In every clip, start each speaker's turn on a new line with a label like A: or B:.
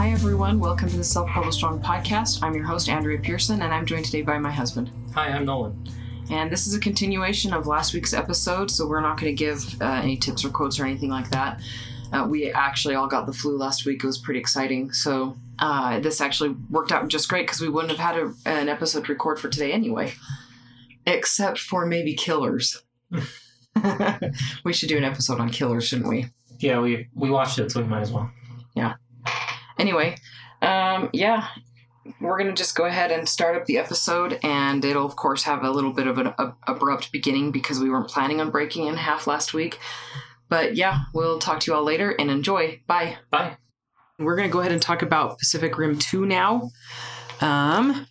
A: everyone. Welcome to the Self Published On podcast. I'm your host, Andrea Pearson, and I'm joined today by my husband.
B: Hi, I'm Nolan.
A: And this is a continuation of last week's episode, so we're not going to give uh, any tips or quotes or anything like that. Uh, we actually all got the flu last week. It was pretty exciting. So uh, this actually worked out just great because we wouldn't have had a, an episode to record for today anyway, except for maybe killers. we should do an episode on killers, shouldn't we?
B: Yeah, we we watched it, so we might as well.
A: anyway, um, yeah, we're gonna just go ahead and start up the episode, and it'll of course have a little bit of an ab- abrupt beginning because we weren't planning on breaking in half last week. But yeah, we'll talk to you all later and enjoy. Bye.
B: Bye.
A: We're gonna go ahead and talk about Pacific Rim Two now. Um,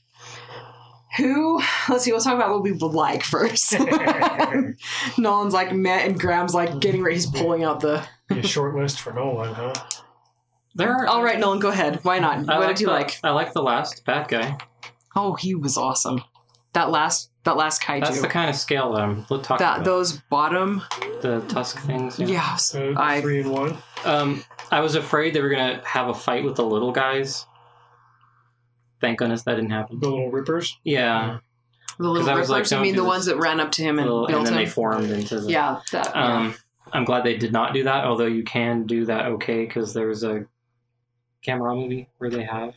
A: who? Let's see. We'll talk about what we would like first. Nolan's like met, and Graham's like getting ready. He's pulling out the.
C: Be a short list for Nolan, huh?
B: There are.
A: All right, Nolan, go ahead. Why not?
B: I
A: what did you
B: the-
A: like?
B: I like the last bad guy.
A: Oh, he was awesome. That last that last kaiju.
B: That's the kind of scale that I'm talking
A: that
B: about.
A: those bottom
B: the tusk things.
A: yeah.
C: So
A: I-
C: Uh, three and one.
B: Um, I was afraid they were gonna have a fight with the little guys. Thank goodness that didn't happen.
C: The little rippers.
B: Yeah,
A: the
B: 'Cause
A: little
B: I
A: rippers.
B: was like,
A: I
B: don't
A: mean,
B: do
A: the
B: this.
A: ones that ran up to him and
B: little, and
A: built
B: then they
A: him.
B: formed into the.
A: yeah, that. yeah.
B: Um, I'm glad they did not do that. Although you can do that okay because there was a Camera movie where they have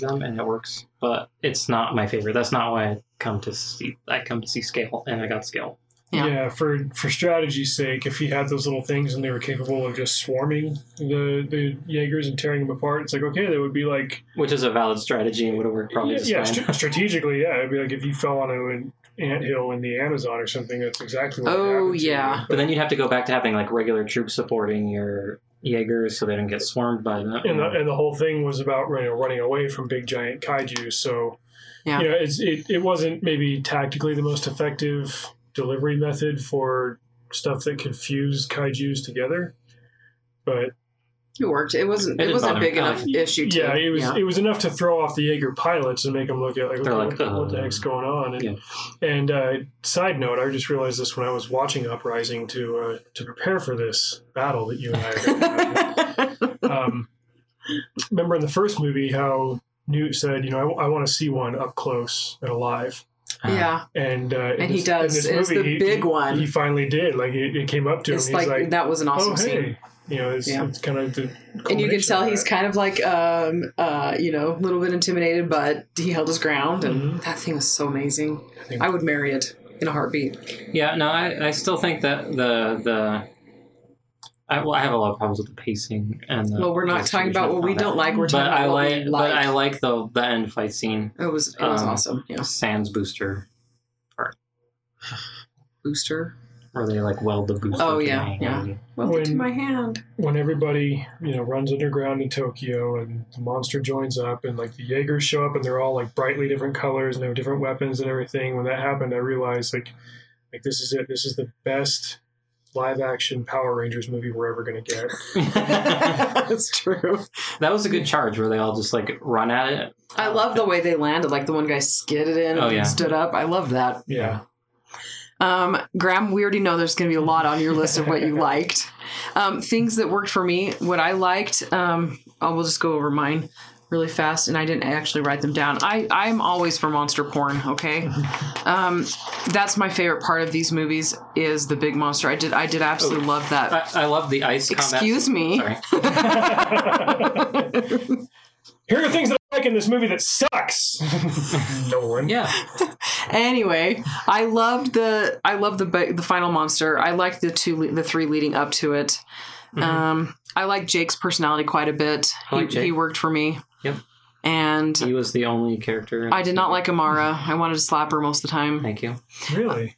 B: them and it works, but it's not my favorite. That's not why I come to see. I come to see scale, and I got scale.
A: Yeah.
C: for for strategy's sake, if he had those little things and they were capable of just swarming the the Jaegers and tearing them apart, it's like okay, that would be like
B: which is a valid strategy and would have worked probably
C: yeah,
B: just
C: yeah,
B: fine.
C: stra- strategically, yeah, it'd be like if you fell onto an anthill in the Amazon or something. That's exactly what. would
A: Oh,
C: happen to you.
A: yeah.
B: But then you'd have to go back to having like regular troops supporting your Jaegers so they don't get swarmed by them.
C: and the, and the whole thing was about you know, running away from big giant kaiju. So,
A: Yeah.
C: you know, it's, it it wasn't maybe tactically the most effective delivery method for stuff that could fuse kaiju's together. But
A: it worked. It wasn't.
B: It
A: It,
B: didn't
A: wasn't a
B: bother me.
A: big enough issue. To,
C: yeah, it was it was enough to throw off the Jaeger pilots and make them look at like,
B: They're
C: what,
B: like,
C: the- what the
B: uh,
C: heck's going on. And,
B: yeah.
C: and uh, side note, I just realized this when I was watching Uprising to uh, to prepare for this battle that you and I are going to have. um, remember in the first movie how Newt said, you know, I, want to see one up close and alive.
B: Uh-huh.
A: yeah,
C: And, uh, in
A: And he
C: this-
A: does.
C: In
A: It's
C: this movie,
A: the
C: he-
A: big
C: he-
A: one.
C: He finally did. Like it, it came up to him.
A: it's
C: he's
A: like,
C: like,
A: that was an awesome
C: oh
A: scene,
C: hey, you know, it's,
A: Yeah.
C: it's kind of the.
A: and you can
C: culmination
A: tell
C: of
A: he's
C: that.
A: kind of like, um, uh, you know, a little bit intimidated, but he held his ground, and
C: Mhm.
A: that thing was so amazing.
C: think-
A: I would marry it in a heartbeat.
B: Yeah, no, I, I still think that the the I, well, I have a lot of problems with the pacing and. The
A: well, we're not talking
B: distribution
A: about
B: of
A: what we
B: combat.
A: don't like. We're
B: But
A: talking
B: I
A: about
B: like,
A: what we like.
B: but I like the the end fight scene.
A: it was it was
B: um,
A: awesome. Yeah,
B: Sans booster,
A: booster.
B: where they like weld the booster.
A: Oh,
B: to
A: yeah,
B: my
A: yeah.
B: hand.
A: Well,
C: When-
A: to my hand.
C: when everybody you know runs underground in Tokyo and the monster joins up and like the Jaegers show up and they're all like brightly different colors and they have different weapons and everything. When that happened, I realized like like this is it. This is the best live action Power Rangers movie we're ever gonna get.
A: That's true.
B: that was a good charge where they all just like run at it.
A: I love the way they landed. Like the one guy skidded in
B: Oh,
A: and
B: yeah.
A: stood up. I love that.
C: Yeah,
A: Um, Graham, we already know there's going to be a lot on your list of what you liked. Um, things that worked for me, what I liked, um, I will just go over mine really fast, and I didn't actually write them down. I, I'm always for monster porn, okay? Um, that's my favorite part of these movies is the big monster. I did I did
B: Oh.
A: absolutely love that.
B: I, I love the ice combat.
A: Excuse me.
B: Sorry.
C: here are things that I like in this movie that sucks. no one.
B: Yeah.
A: anyway, I loved the I loved the ba- the final monster. I liked the two le- the three leading up to it. Um, I like Jake's personality quite a bit.
B: Mm-hmm. I like
A: he,
B: Jake.
A: he worked for me.
B: Yep.
A: And
B: He was the only character. in-
A: I did not like Amara. I wanted to slap her most of the time.
B: Thank you.
C: Really?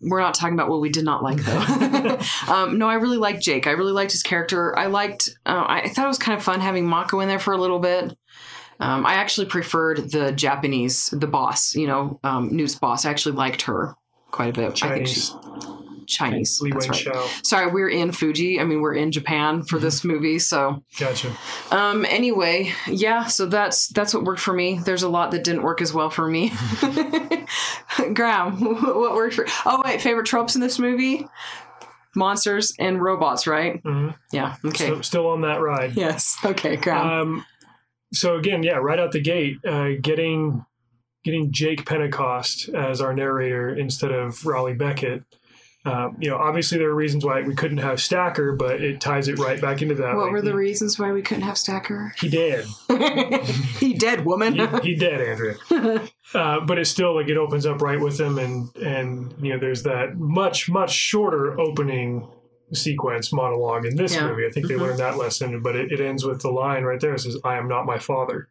A: We're not talking about what we did not like though. um, no, I really liked Jake. I really liked his character. I liked. Uh, I I thought it was kind of fun having Mako in there for a little bit. Um, I actually preferred the Japanese, the boss. You know, um, Newt's boss. I actually liked her quite a bit. I think she's
C: Chinese.
A: Chinese.
C: Lee
A: That's
C: Wen
A: right.
C: Chow.
A: Sorry, we're in Fuji. I mean, we're in Japan for this
C: Mm-hmm.
A: movie, so
C: Gotcha.
A: um anyway yeah so that's that's what worked for me there's a lot that didn't work as well for me graham what worked for oh wait favorite tropes in this movie monsters and robots right
C: hmm
A: yeah okay
C: Still, still on that ride.
A: yes okay graham
C: Um, so again, yeah, right out the gate, uh, getting getting Jake Pentecost as our narrator instead of Raleigh Beckett. Um, you know, obviously there are reasons why we couldn't have Stacker, but it ties it right back into that.
A: what
C: Like,
A: were the
C: he-
A: reasons why we couldn't have Stacker?
C: he did.
A: he dead, woman.
C: he, he did, Andrea. Uh, but it's still like it opens up right with him, and and you know there's that much much shorter opening sequence monologue in this
A: Yeah.
C: movie. I think
A: Mhm.
C: they learned that lesson, but it, it ends with the line right there. It says, "I am not my father."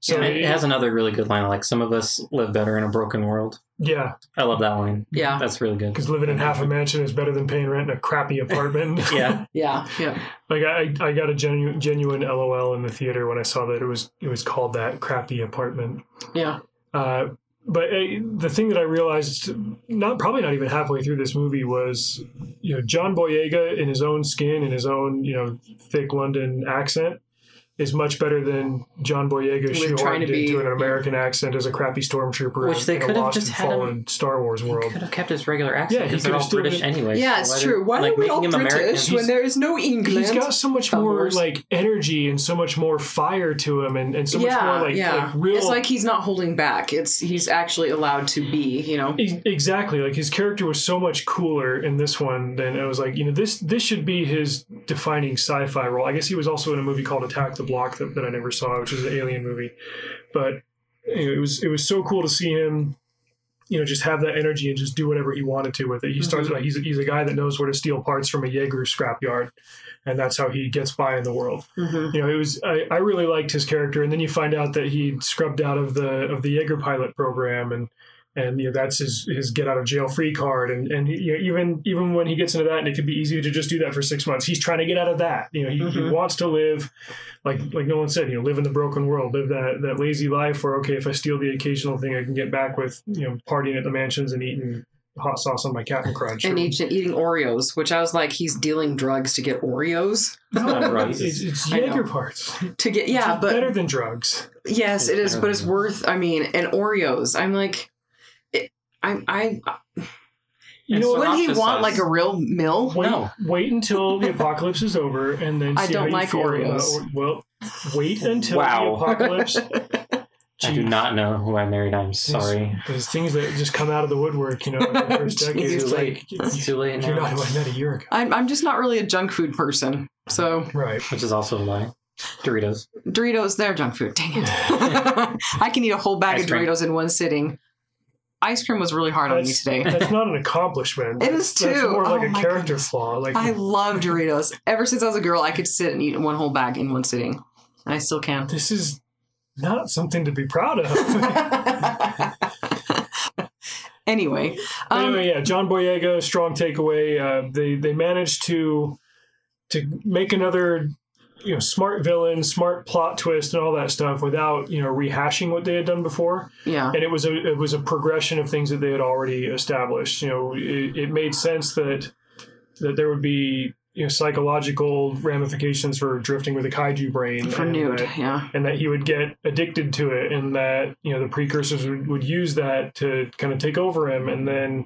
C: So
B: And
C: yeah,
B: it has another really good line. Like some of us live better in a broken world.
C: yeah,
B: I love that line.
A: yeah,
B: That's really good.
C: because living in half a mansion is better than paying rent in a crappy apartment.
B: Yeah,
A: yeah, yeah.
C: like I I got a genuine genuine LOL in the theater when I saw that it was it was called that crappy apartment.
A: Yeah.
C: Uh, but uh, the thing that I realized, not probably not even halfway through this movie, was you know John Boyega in his own skin in his own you know thick London accent is much better than John Boyega
A: We're trying
C: shoehorned
A: to be-
C: into an American accent as a crappy stormtrooper,
B: Which they
C: in a
B: could have
C: lost
B: just
C: and
B: had him-
C: fallen Star Wars
B: He
C: world.
B: could have kept his regular accent
C: Yeah, he
B: because they're
C: could have
B: all
C: still
B: British
C: been-
B: anyway.
A: Yeah,
B: so
A: it's
B: why
A: true.
B: did-
A: Why
B: like,
A: are we
B: making
A: all
B: him
A: British
B: American-
A: when
B: he's-
A: there is no England?
C: He's got so much
A: Star
C: more
A: Wars.
C: like energy and so much more fire to him, and, and so much more like, like real.
A: It's like he's not holding back. It's he's actually allowed to be. You know.
C: E- exactly like his character was so much cooler in this one than I was like you know this this should be his defining sci-fi role. I guess he was also in a movie called Attack the Block that, that I never saw, which is an alien movie, but you know, it was it was so cool to see him. You know, just have that energy and just do whatever he wanted to with it. He starts
A: Mm-hmm.
C: like he's, he's a guy that knows where to steal parts from a Jaeger scrapyard, and that's how he gets by in the world
A: Mm-hmm.
C: you know, it was I, I really liked his character, and then you find out that he scrubbed out of the of the Jaeger pilot program, and and you know that's his his get out of jail free card, and and you know, even even when he gets into that, and it could be easy to just do that for six months. He's trying to get out of that. You know, he, he
A: Mhm.
C: wants to live like like no one said. You know, live in the broken world, live that that lazy life where okay, if I steal the occasional thing, I can get back with you know partying at the mansions and eating hot sauce on my Captain Crunch.
A: And each, eating Oreos, which I was like, he's dealing drugs to get Oreos
B: Not drugs.
C: it's, it's
A: I know.
C: Jaeger parts.
A: to get
C: which
A: yeah,
C: is
A: but
C: better than drugs.
A: Yes, it
B: It's
A: is, but it's
B: better.
A: worth. I mean, and Oreos. I'm like, it, I'm I.
C: You
B: It's
C: know what?
A: Wouldn't he
B: Synopsis
A: want
B: says-
A: like a real meal?
C: Wait,
B: No.
C: wait until the apocalypse is over and then see
A: I don't
C: how you
A: like
C: feel about-
A: Oreos.
C: well, wait until the
B: Wow.
C: apocalypse.
B: I do
C: Jeez.
B: not know who I married. I'm
C: There's-
B: sorry.
C: There's things that just come out of the woodwork, you know, in the first decade.
A: Jeez.
C: It's like,
B: It's too late
C: you're not
B: now.
C: who I met a year ago.
A: I'm I'm just not really a junk food person. So
C: Right.
B: Which is also a lie. Doritos.
A: Doritos, they're junk food. Dang it! I can eat a whole bag
B: Ice
A: of
B: cream.
A: Doritos in one sitting. Ice cream was really hard
C: That's-
A: on me today.
C: That's not an accomplishment.
A: It is
C: That's
A: too.
C: more like
A: Oh
C: a
A: my
C: character
A: goodness.
C: flaw. Like,
A: I love Doritos. Ever since I was a girl, I could sit and eat one whole bag in one sitting. And I still can.
C: this is not something to be proud of.
A: anyway,
C: But
A: um,
C: anyway, yeah, John Boyega, strong takeaway. Uh, they they managed to to make another you know smart villain, smart plot twist, and all that stuff without you know rehashing what they had done before.
A: yeah,
C: And it was a it was a progression of things that they had already established. You know, it, it made sense that that there would be you know psychological ramifications for drifting with a kaiju brain
A: for
C: and
A: nude,
C: that-
A: yeah,
C: and that he would get addicted to it and that you know the precursors would, would use that to kind of take over him and then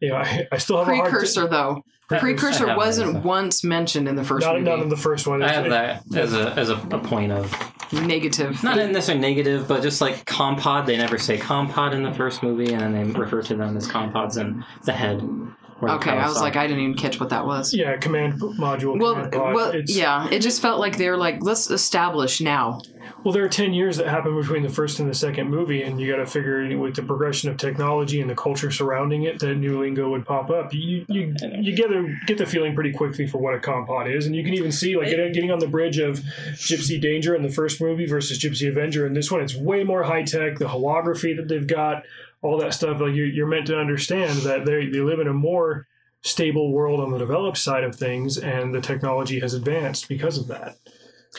C: you know i, I still have a
A: precursor though.
B: That- I
A: precursor
B: have
A: wasn't
B: that.
A: once mentioned in the
C: hard
A: first
C: time not,
A: movie.
C: not in the first one
B: I have that as a as a, a point of
A: Negative.
B: not necessarily negative, but just like compod. They never say compod in the first movie, and then they refer to them as compods in the head. or the
A: okay, I was
B: Kawasaki.
A: like, I didn't even catch what that was.
C: yeah command p- module
A: Well,
C: command pod.
A: well,
C: It's-
A: yeah. It just felt like they were like, let's establish now.
C: well there are 10 years that happen between the first and the second movie and you got to figure with the progression of technology and the culture surrounding it that new lingo would pop up you you, you get, a, get the feeling pretty quickly for what a compod is and you can even see like getting getting on the bridge of gypsy danger in the first movie versus gypsy avenger in this one it's way more high tech the holography that they've got all that stuff like you're, you're meant to understand that they they live in a more stable world on the developed side of things and the technology has advanced because of that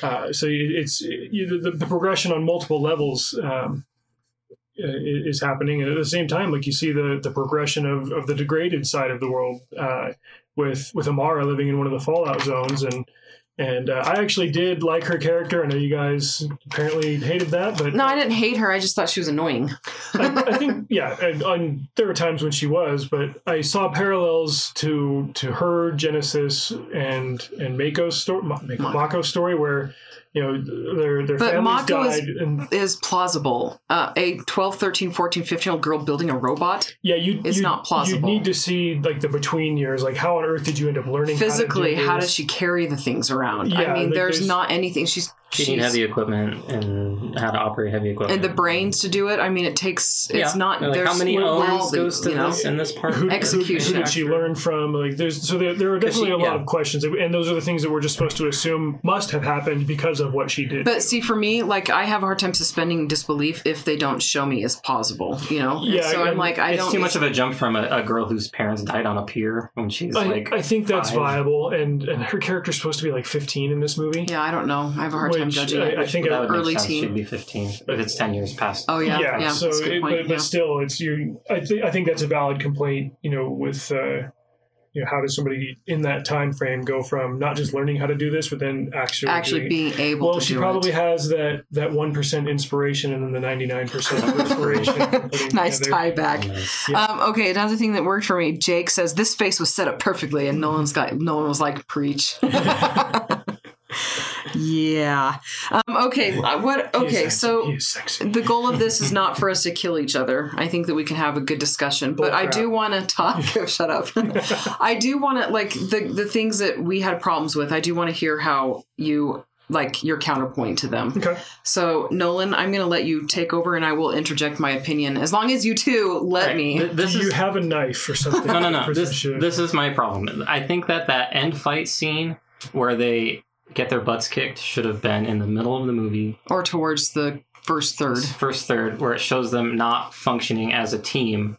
C: uh, so it- it's you, the, the progression on multiple levels um, i- is happening, and at the same time, like you see the the progression of, of the degraded side of the world uh, with with Amara living in one of the fallout zones, and and uh, I actually did like her character. I know you guys apparently hated that, but
A: No, I didn't hate her. I just thought she was annoying.
C: I, I think yeah, and, and there were times when she was, but I saw parallels to to her Genesis and and Mako's story, Ma- Mako-
A: Mako.
C: Mako's story, where you know, their their
A: But
C: families
A: Mako is-
C: died, and
A: is plausible. Uh, a 12, 13, 14, 15 year old girl building a robot?
C: yeah, you
A: It's
C: you,
A: not plausible.
C: You need to see like the between years, like how on earth did you end up learning
A: Physically,
C: How, to do
A: how
C: this?
A: does she carry the things around? I
C: Yeah,
A: mean,
C: like,
A: there's,
C: there's-
A: not anything. She's,
B: She
A: she's
B: need heavy equipment and how to operate heavy equipment.
A: and the brains to do it. I mean, it takes. It's
B: Yeah.
A: not.
B: Like,
A: there's
B: how many
A: well,
B: O's
A: the-
B: goes to
A: you know,
B: this and this part?
C: Who, who, who
A: Execution.
C: did she learn from? Like, there's so there, there are
B: Does she-
C: definitely a lot
B: yeah.
C: of questions, and those are the things that we're just supposed to assume must have happened because of what she did.
A: But see, for me, like I have a hard time suspending disbelief if they don't show me as plausible. You know. And
C: Yeah,
A: so I'm
C: and
A: like, I
B: It's
A: don't.
B: too much of a jump from a, a girl whose parents died on a pier when she's
C: I,
B: like
C: I think that's
B: five.
C: viable, and and her character's supposed to be like 15 in this movie.
A: yeah, I don't know. I have a hard time
C: Which
A: judging
C: I-
A: it.
C: I think
B: that would
A: early
B: make sense.
A: teen.
B: She'd be fifteen if it's ten years past.
A: oh yeah, yeah.
C: yeah, so
A: that's a good
C: it,
A: point.
C: but,
A: yeah.
C: but still it's you I, th- I think that's a valid complaint you know with uh you know how does somebody in that time frame go from not just learning how to do this but then actually
A: Actually,
C: doing
A: being able
C: well
A: to
C: she
A: do
C: probably
A: it.
C: has that that one percent inspiration and then the 99 percent inspiration for putting
A: nice
C: together.
A: tie back.
B: Nice.
A: Um, okay, another thing that worked for me, Jake says this face was set up perfectly, and Nolan's got Nolan was like, "Preach." yeah. Um, okay. uh, What?
C: He is
A: Okay.
C: sexy.
A: So
C: he is sexy.
A: the goal of this is not for us to kill each other. I think that we can have a good discussion, but I
C: Bullcrap.
A: do want to talk. oh, shut up. I do want to like the the things that we had problems with. I do want to hear how you like your counterpoint to them.
C: okay
A: So Nolan, I'm going to let you take over, and I will interject my opinion as long as you two let
B: Right.
A: me.
B: Th- This
C: do you
B: is
C: have a knife or something
B: no, no, no. This,
C: Patricia?
B: this is my problem. I think that that end fight scene where they get their butts kicked should have been in the middle of the movie,
A: or towards the first third.
B: first third, where it shows them not functioning as a team,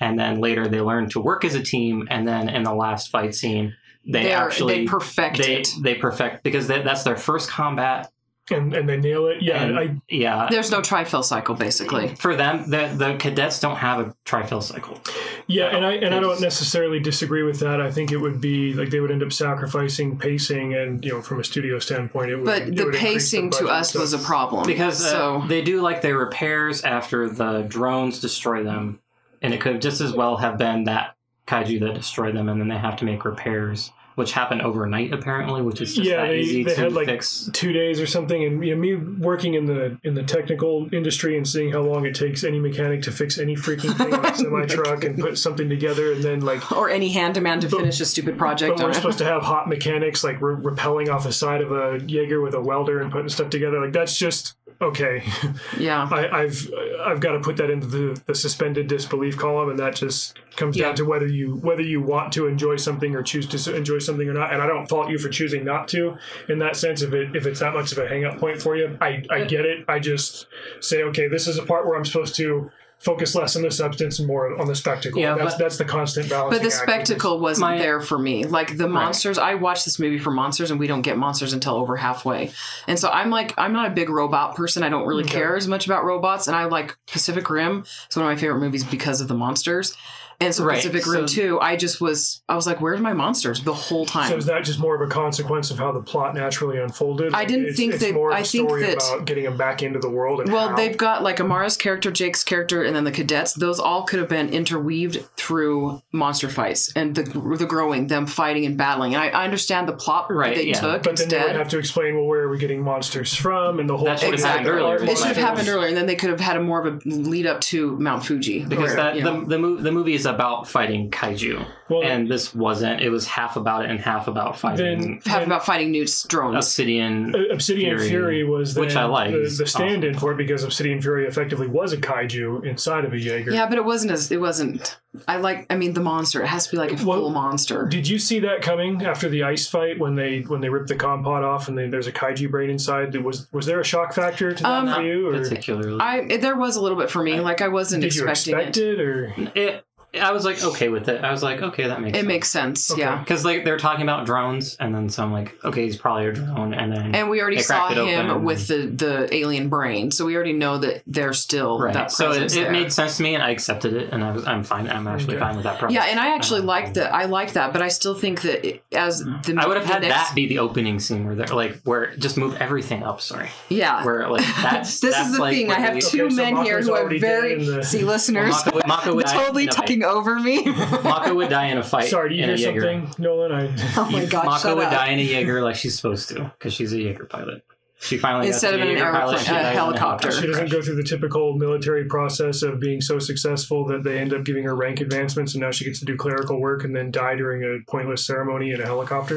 B: and then later they learn to work as a team, and then in the last fight scene they
A: They are-
B: actually
A: they perfect
B: they
A: it.
B: they perfect because that that's their first combat.
C: and and they nail it yeah
B: and-
C: I
B: yeah.
A: There's no trifill cycle, basically.
B: For them, the the cadets don't have a trifill cycle.
C: Yeah, and I and I don't
B: It's-
C: necessarily disagree with that. I think it would be like they would end up sacrificing pacing, and you know, from a studio standpoint, it would.
A: But
C: it
A: the
C: would increase
A: pacing
C: budget
A: to
C: and
A: us
C: stuff.
A: was a problem
B: because uh,
A: so
B: they do like their repairs after the drones destroy them, and it could just as well have been that kaiju that destroyed them, and then they have to make repairs, which happen overnight apparently, which is just
C: Yeah,
B: that
C: they-
B: easy
C: they
B: to
C: had, like,
B: fix.
C: two days or something. And you know, me working in the in the technical industry and seeing how long it takes any mechanic to fix any freaking thing on a semi truck and put something together, and then like.
A: or any hand to man to finish a stupid project.
C: But
A: on
C: we're
A: it.
C: supposed to have hot mechanics like re- repelling off the side of a Jaeger with a welder and putting stuff together. Like that's just okay.
A: yeah.
C: I, I've I've got to put that into the, the suspended disbelief column, and that just comes
B: Yeah.
C: down to whether you whether you want to enjoy something or choose to s- enjoy something or not. And I don't fault you for choosing not to. In that sense, if it if it's that much of a hang up point for you, I I get it. I just say, okay, this is a part where I'm supposed to focus less on the substance and more on the spectacle.
B: Yeah,
C: that's
B: but-
C: that's the constant balance.
A: But the spectacle wasn't
B: My-
A: there for me. Like the monsters, I watched this movie for monsters, and we don't get monsters until over halfway. And so I'm like, I'm not a big robot person. I don't really care as much about robots. And I like Pacific Rim. It's one of my favorite movies because of the monsters. And so
B: Right,
A: Pacific Rim
B: so-
A: too. I just was, I was like, where's my monsters the whole time?
C: So is that just more of a consequence of how the plot naturally unfolded?
A: I didn't
C: It's-
A: think
C: it's
A: that-
C: more of a
A: I think
C: story
A: that-
C: about getting them back into the world. And
A: Well,
C: how.
A: they've got like Amara's character, Jake's character, and then the cadets. Those all could have been interweaved through monster fights and the the growing, them fighting and battling. And I, I understand the plot
B: Right,
A: that they
B: yeah.
A: took
C: But then they
A: instead.
C: would have to explain, well, where are we getting monsters from, and the whole
B: That should have
A: happened
B: earlier.
A: it should have
B: Monsters.
A: happened earlier, and then they could have had a more of a lead up to Mount Fuji.
B: Because
A: where,
B: that
A: you
B: the,
A: know,
B: the, mo- the movie is about fighting kaiju,
C: Well,
B: and this wasn't. It was half about it and half about fighting
C: Then-
A: have about fighting newt drones.
B: obsidian.
C: Uh, Obsidian
B: Fury,
C: Fury, was then
B: which I like.
C: the,
B: He's
C: the stand-in for it because Obsidian Fury effectively was a kaiju inside of a Jaeger.
A: yeah, but it wasn't as it wasn't. I like. I mean, the monster. It has to be like a
C: Well,
A: full monster.
C: Did you see that coming after the ice fight when they when they ripped the compod off and they, there's a kaiju brain inside? Did- Was was there a shock factor to that
A: Um,
C: for you, or
B: particularly,
A: I it- there was a little bit for me. Like I wasn't
C: did you
A: expecting
C: expect
A: it.
C: it? Or
B: it, I was like okay with it. I was like okay, that makes
A: It
B: sense.
A: makes sense.
C: Okay.
A: Yeah.
B: because like they're talking about drones, and then so I'm like okay, he's probably a drone, and then
A: And we already
B: They
A: saw
B: cracked it
A: him
B: open.
A: with the, the alien brain, so we already know that there's still that
B: Right. So
A: presence
B: it, it
A: there.
B: made sense to me, and I accepted it, and I was I'm fine. I'm actually
C: Okay.
B: fine with that. Premise.
A: yeah, and I actually
B: Um, Mm-hmm.
A: like that. I like that, but I still think that it, as the
B: I would have
A: the
B: had
A: next-
B: that be the opening scene where they're like where just move everything up. Sorry,
A: Yeah,
B: where like that's
A: this
B: that's
A: is the
B: like
A: thing. I
B: what
A: have
B: they-
A: two
C: Okay, so
A: men here
C: Mako's
A: who are
C: already
A: very
C: dead in the-
A: see listeners
B: Mako would, Mako would die
A: totally
B: in a
A: talking over me.
B: fight. Mako would die in a fight.
C: sorry, did you
B: in a
C: hear
B: Jaeger.
C: something, Nolan? I
A: oh my god,
B: Mako
A: shut
B: would
A: up.
B: die in a Jaeger like she's supposed to because she's a Jaeger pilot. She finally
A: Instead
B: got
A: of
B: to be
A: an
B: a pilot,
A: aeroplane-
B: she
A: a
B: died in
A: helicopter.
C: She doesn't go through the typical military process of being so successful that they end up giving her rank advancements, and now she gets to do clerical work and then die during a pointless ceremony in a helicopter.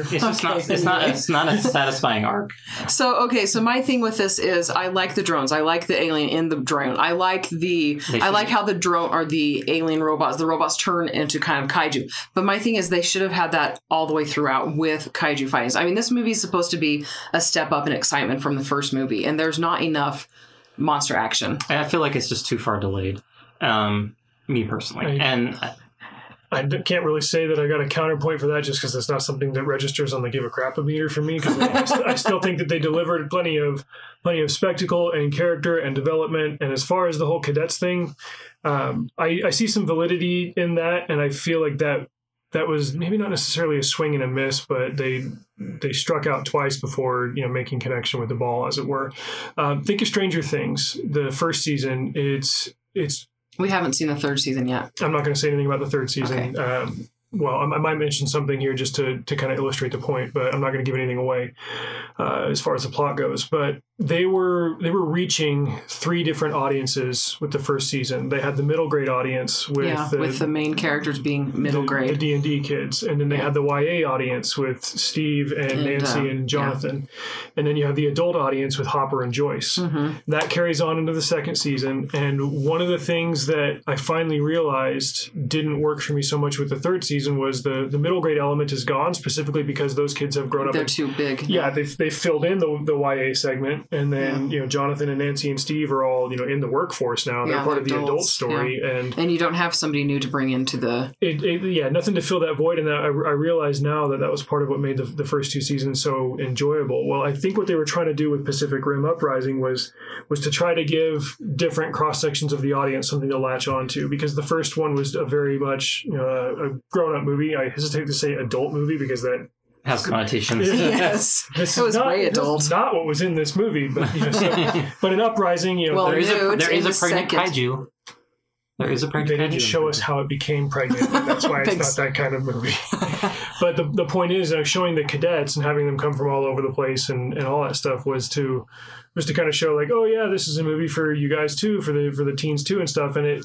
B: It's just
A: Okay,
B: not. It's not.
A: anyway.
B: It's not a satisfying arc.
A: So okay, so my thing with this is I like the drones. I like the alien in the drone. I like the
B: They
A: I like
B: should-
A: how the drone or the alien robots, the robots turn into kind of kaiju. But my thing is they should have had that all the way throughout with kaiju fightings. I mean, this movie is supposed to be a step up in excitement from the first movie, and there's not enough monster action.
B: I feel like it's just too far delayed. Um, me personally,
C: Right.
B: and
C: I d- can't really say that I got a counterpoint for that just because that's not something that registers on the give a crap a meter for me. Because I, st- I still think that they delivered plenty of plenty of spectacle and character and development. And as far as the whole cadets thing, um, I, I see some validity in that, and I feel like that that was maybe not necessarily a swing and a miss, but they they struck out twice before you know making connection with the ball, as it were. Um, think of Stranger Things, the first season. It's it's
A: We haven't seen the third season yet.
C: I'm not going to say anything about the third season. Um, well, I, I might mention something here just to, to kind of illustrate the point, but I'm not going to give anything away uh, as far as the plot goes. But they were they were reaching three different audiences with the first season. They had the middle grade audience with
A: yeah,
C: the,
A: with the main characters being middle
C: the- the
A: grade.
C: D and D kids, and then they
A: Yeah.
C: had the YA audience with Steve and,
A: And,
C: Nancy
A: um,
C: and Jonathan, and then you have the adult audience with Hopper and Joyce
A: hmm
C: that carries on into the second season. And one of the things that I finally realized didn't work for me so much with the third season was the, the middle grade element is gone, specifically because those kids have grown up.
A: They're
C: and-
A: too big.
C: yeah, they've, they filled in the, the YA segment. And then, you know, Jonathan and Nancy and Steve are all, you know, in the workforce now. They're
A: Yeah,
C: part
A: they're
C: of the adult
A: adults,
C: story. And
A: And you don't have somebody new to bring into the
C: it, it yeah nothing to fill that void and that I, I realize now that that was part of what made the, the first two seasons so enjoyable well i think what they were trying to do with pacific rim uprising was was to try to give different cross sections of the audience something to latch on to because the first one was a very much you know, a- a grown-up movie i hesitate to say adult movie because that
B: has connotations.
A: Yes.
C: this
A: It was
C: is not,
A: way
C: this is
A: adult.
C: not what was in this movie but you know, so,
B: there
C: but an uprising you know
A: Well,
B: is
A: no,
B: a
A: it's
B: there is
A: in
B: a
A: the
B: pregnant
A: second.
B: kaiju. There is a
C: they
B: pregnant kaiju.
C: didn't show us how it became pregnant. and That's why
A: Thanks.
C: it's not that kind of movie. but the, the point is, uh, showing the cadets and having them come from all over the place and, and all that stuff was to was to kind of show like, oh yeah, this is a movie for you guys too, for the for the teens too and stuff. And it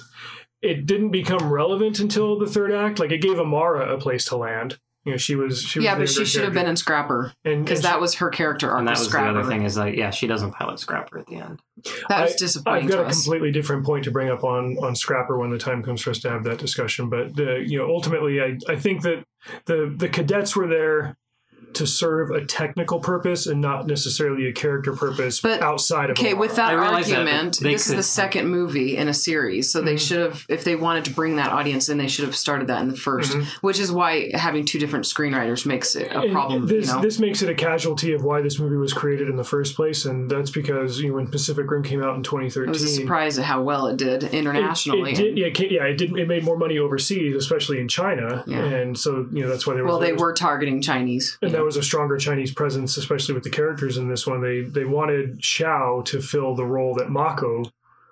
C: it didn't become relevant until the third act. Like it gave Amara a place to land. You know, she was she was
A: yeah,
C: the
A: but she
C: younger
A: should have been
C: character.
A: in Scrapper
C: And-
A: because
C: and
A: that was her character arc.
B: And that
A: was
B: was
A: Scrapper.
B: the other thing is like, yeah, she doesn't pilot Scrapper at the end.
A: That was
C: I-
A: disappointing
C: I've got
A: to
C: a
A: us.
C: completely different point to bring up on on Scrapper when the time comes for us to have that discussion. But the, you know, ultimately, I, I think that the the cadets were there to serve a technical purpose and not necessarily a character purpose
A: But-
C: outside of
A: Okay,
C: Amara.
A: with that
B: I realize that, but
A: argument,
B: they
A: this is
B: could-
A: the second movie in a series, so they
C: Mhm.
A: should have, if they wanted to bring that audience in, they should have started that in the 1st
C: Mhm.
A: which is why having two different screenwriters makes it a
C: And
A: problem.
C: This,
A: you know,
C: this makes it a casualty of why this movie was created in the first place, and that's because you know, when Pacific Rim came out in 2013,
A: it was a surprise at how well it did
C: It-
A: internationally.
C: It, did, yeah, it ca- yeah, it did. It made more money overseas, especially in China,
A: Yeah.
C: and so you know that's why there was
A: well, they
C: there was
A: were targeting Chinese.
C: And that was a stronger Chinese presence, especially with the characters in this one. They they wanted Xiao to fill the role that Mako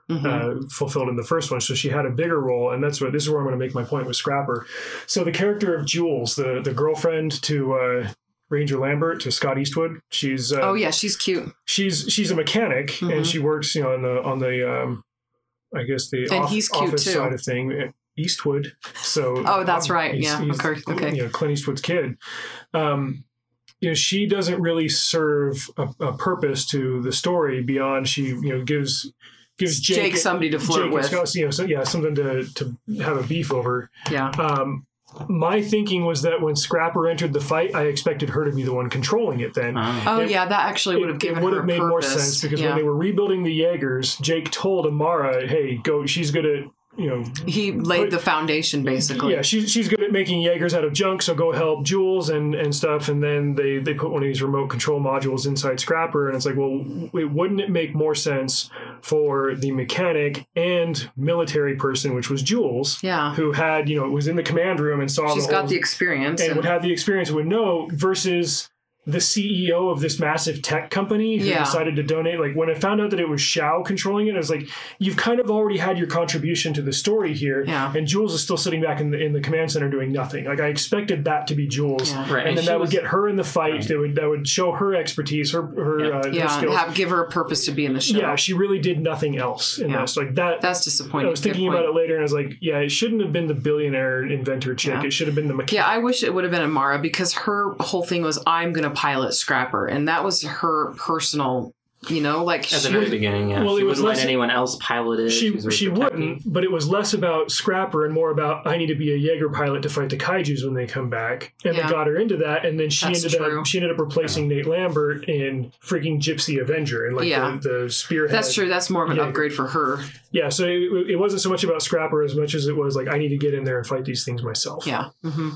A: Mhm.
C: uh, fulfilled in the first one, so she had a bigger role, and that's what this is where I'm going to make my point with Scrapper. So the character of Jules, the the girlfriend to uh, Ranger Lambert to Scott Eastwood, she's uh,
A: oh yeah, she's cute,
C: she's she's a mechanic
A: Mhm.
C: and she works you know on the on the um, I guess the
A: And he's cute,
C: office
A: too.
C: side of thing. eh, Eastwood, so um,
A: Oh, that's right.
C: he's-
A: Yeah,
C: he's,
A: of course. Okay.
C: You know Clint Eastwood's kid. Um, you know, she doesn't really serve a, a purpose to the story beyond she you know gives gives Jake,
A: Jake, somebody to
C: Jake
A: flirt
C: and
A: with.
C: Scott, you know, so, yeah, something to to have a beef over.
A: Yeah,
C: Um, my thinking was that when Scrapper entered the fight, I expected her to be the one controlling it. Then
B: Uh,
A: Oh
C: It-
A: yeah, that actually would have given
C: would
A: her
C: have
A: a
C: made
A: purpose.
C: more sense because
A: yeah.
C: when they were rebuilding the Jaegers, Jake told Amara, "Hey, go. She's good at you know."
A: he laid the foundation basically.
C: Yeah, she's she's good at making Jaegers out of junk, so go help Jules and, and stuff. And then they, they put one of these remote control modules inside Scrapper, and it's like, well, wait, wouldn't it make more sense for the mechanic and military person, which was Jules,
A: Yeah.
C: who had you know was in the command room and saw
A: she's
C: the
A: got
C: whole-
A: the experience.
C: and would have the experience, would know versus the CEO of this massive tech company who
A: Yeah.
C: decided to donate. Like when I found out that it was Xiao controlling it, I was like, "You've kind of already had your contribution to the story here."
A: Yeah.
C: And Jules is still sitting back in the in the command center doing nothing. Like I expected that to be Jules,
A: Yeah.
B: Right,
C: and,
B: and
C: then
B: she
C: that
B: was-
C: would get her in the fight.
B: Right.
C: That would that would show her expertise, her her,
B: Yeah.
C: uh, her
A: yeah, and
C: skills.
A: have give her a purpose to be in the show.
C: yeah, she really did nothing else in
A: Yeah.
C: this. Like that.
A: That's
C: I
A: disappointing.
C: was thinking
A: Good point.
C: about it later, and I was like, "Yeah, it shouldn't have been the billionaire inventor chick.
A: Yeah.
C: It should have been the mechanic."
A: Yeah, I wish it would have been Amara because her whole thing was I'm going to pilot Scrapper, and that was her personal, you know, like
B: At the
A: she
B: very
A: was-
B: beginning, yeah.
C: Well,
B: she
C: it was
B: wouldn't let
C: less-
B: anyone else pilot it.
C: she
B: was
C: she
B: protective.
C: wouldn't, but it was less about Scrapper and more about I need to be a Jaeger pilot to fight the kaiju's when they come back, and
A: Yeah.
C: they got her into that, and then she
A: That's
C: ended
A: true.
C: up she ended up replacing Nate Lambert in freaking Gypsy Avenger and like
A: Yeah.
C: the, the spearhead.
A: That's true. That's more of an
C: Yeah.
A: upgrade for her.
C: Yeah, so it, it wasn't so much about Scrapper as much as it was like I need to get in there and fight these things myself.
A: Yeah. hmm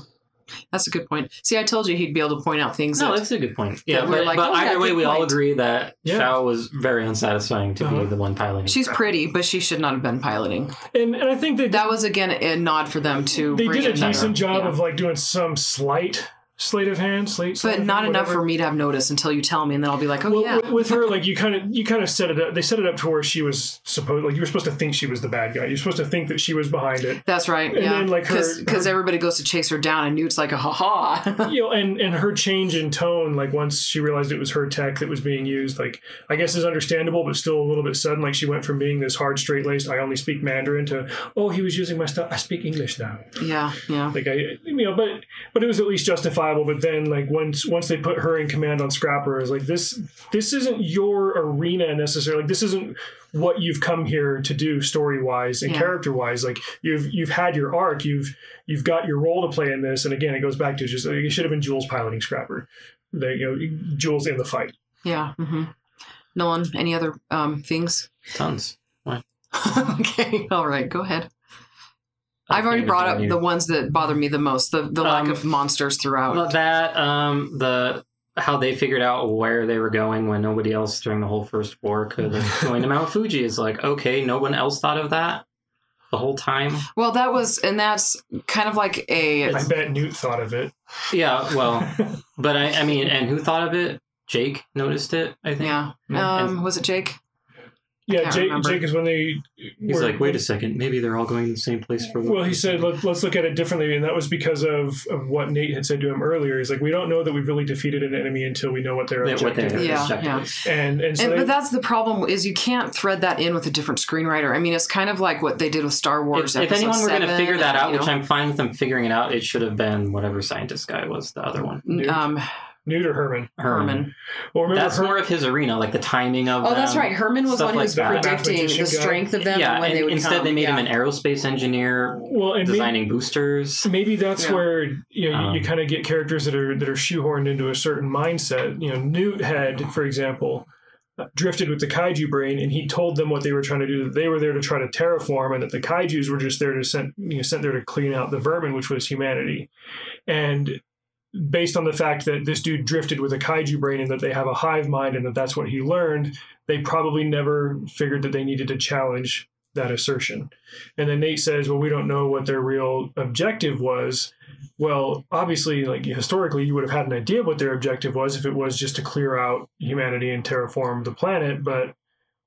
A: That's a good point. See, I told you he'd be able to point out things.
B: No,
A: that-
B: that's a good point. Yeah,
A: we're
B: but,
A: like,
B: but
A: oh, yeah,
B: either way,
A: good
B: we all
A: point.
B: agree that
C: Yeah.
B: Xiao was very unsatisfying to
C: Uh-huh.
B: be the one piloting.
A: she's pretty, but she should not have been piloting.
C: and and I think they
A: That was again a nod for them to.
C: they
A: bring
C: did a
A: in better-
C: decent job
A: yeah.
C: of like doing some slight sleight of hand, slate, sleight
A: but
C: of
A: not
C: hand,
A: enough
C: whatever.
A: for me to have noticed until you tell me, and then I'll be like, oh
C: well,
A: yeah,
C: with, with her, like you kind of you kind of set it up. They set it up to where she was supposed, like you were supposed to think she was the bad guy. You're supposed to think that she was behind it.
A: that's right,
C: and
A: yeah,
C: then, like, her-
A: because everybody goes to chase her down, and Newt's like, a ha ha.
C: You know, and and her change in tone, like once she realized it was her tech that was being used, like I guess is understandable, but still a little bit sudden. Like she went from being this hard, straight laced, I only speak Mandarin to oh, he was using my stuff. I speak English now.
A: yeah, yeah.
C: Like I, you know, but but it was at least justifiable. But then, like once once they put her in command on Scrapper, is like this this isn't your arena necessarily. Like this isn't what you've come here to do story wise and
A: Yeah.
C: character wise. Like you've you've had your arc. You've you've got your role to play in this. And again, it goes back to just like, it should have been Jules piloting Scrapper. There you know, Jules in the fight.
A: Yeah. hmm Nolan, any other um, things?
B: Tons.
A: okay. All right. Go ahead.
B: I
A: I've already
B: can't
A: brought up
B: imagine
A: the
B: you.
A: ones that bother me the most. The the lack
B: Um,
A: of monsters throughout.
B: Well, that um the how they figured out where they were going when nobody else during the whole first war could. going to Mount Fuji is like okay, no one else thought of that the whole time.
A: well, that was, and that's kind of like a.
C: I bet Newt thought of it.
B: Yeah, well, but I, I mean, and who thought of it? Jake noticed it. I think.
A: Yeah. Um, was it Jake?
C: Yeah,
A: can't
C: Jake,
A: remember.
C: Jake is when they.
B: He's
C: were-
B: like, wait a second, maybe they're all going to the same place for.
C: Well, he said, Let, let's look at it differently. And that was because of, of what Nate had said to him earlier. He's like, we don't know that we've really defeated an enemy until we know what their
B: that what
C: objective
B: their
C: is.
A: Yeah,
B: objective
A: yeah.
B: is.
C: And, and so
A: and,
C: they-
A: but that's the problem is you can't thread that in with a different screenwriter. I mean, it's kind of like what they did with Star Wars.
B: If, if
A: Episode
B: anyone were going to
A: Seven,
B: figure that
A: and,
B: out,
A: you
B: which I'm fine with them figuring it out, it should have been whatever scientist guy was, the other one,
A: know,
C: I'm-
A: um,
C: Newt or Herman.
B: um,
A: Herman.
C: Well, remember
B: That's
C: Herman,
B: more of his arena, like the timing of.
A: Oh, that's
B: them.
A: right. Herman was
B: Stuff
A: one who
B: like
A: was
B: that.
A: predicting the
C: Mathematician guy.
A: strength of them
B: yeah,
A: and when
B: and
A: they would
B: instead
A: come.
B: they made
A: yeah.
B: him an aerospace engineer
C: well, and maybe,
B: designing boosters.
C: maybe that's
A: Yeah.
C: where you, know,
B: Um,
C: you, you kind of get characters that are that are shoehorned into a certain mindset. You know, Newt had, for example, uh, drifted with the kaiju brain, and he told them what they were trying to do. That they were there to try to terraform, and that the kaiju's were just there to sent you know, sent there to clean out the vermin, which was humanity. And based on the fact that this dude drifted with a kaiju brain and that they have a hive mind and that that's what he learned, they probably never figured that they needed to challenge that assertion. And then Nate says, "Well, we don't know what their real objective was." Well, obviously, like historically, you would have had an idea what their objective was if it was just to clear out humanity and terraform the planet. But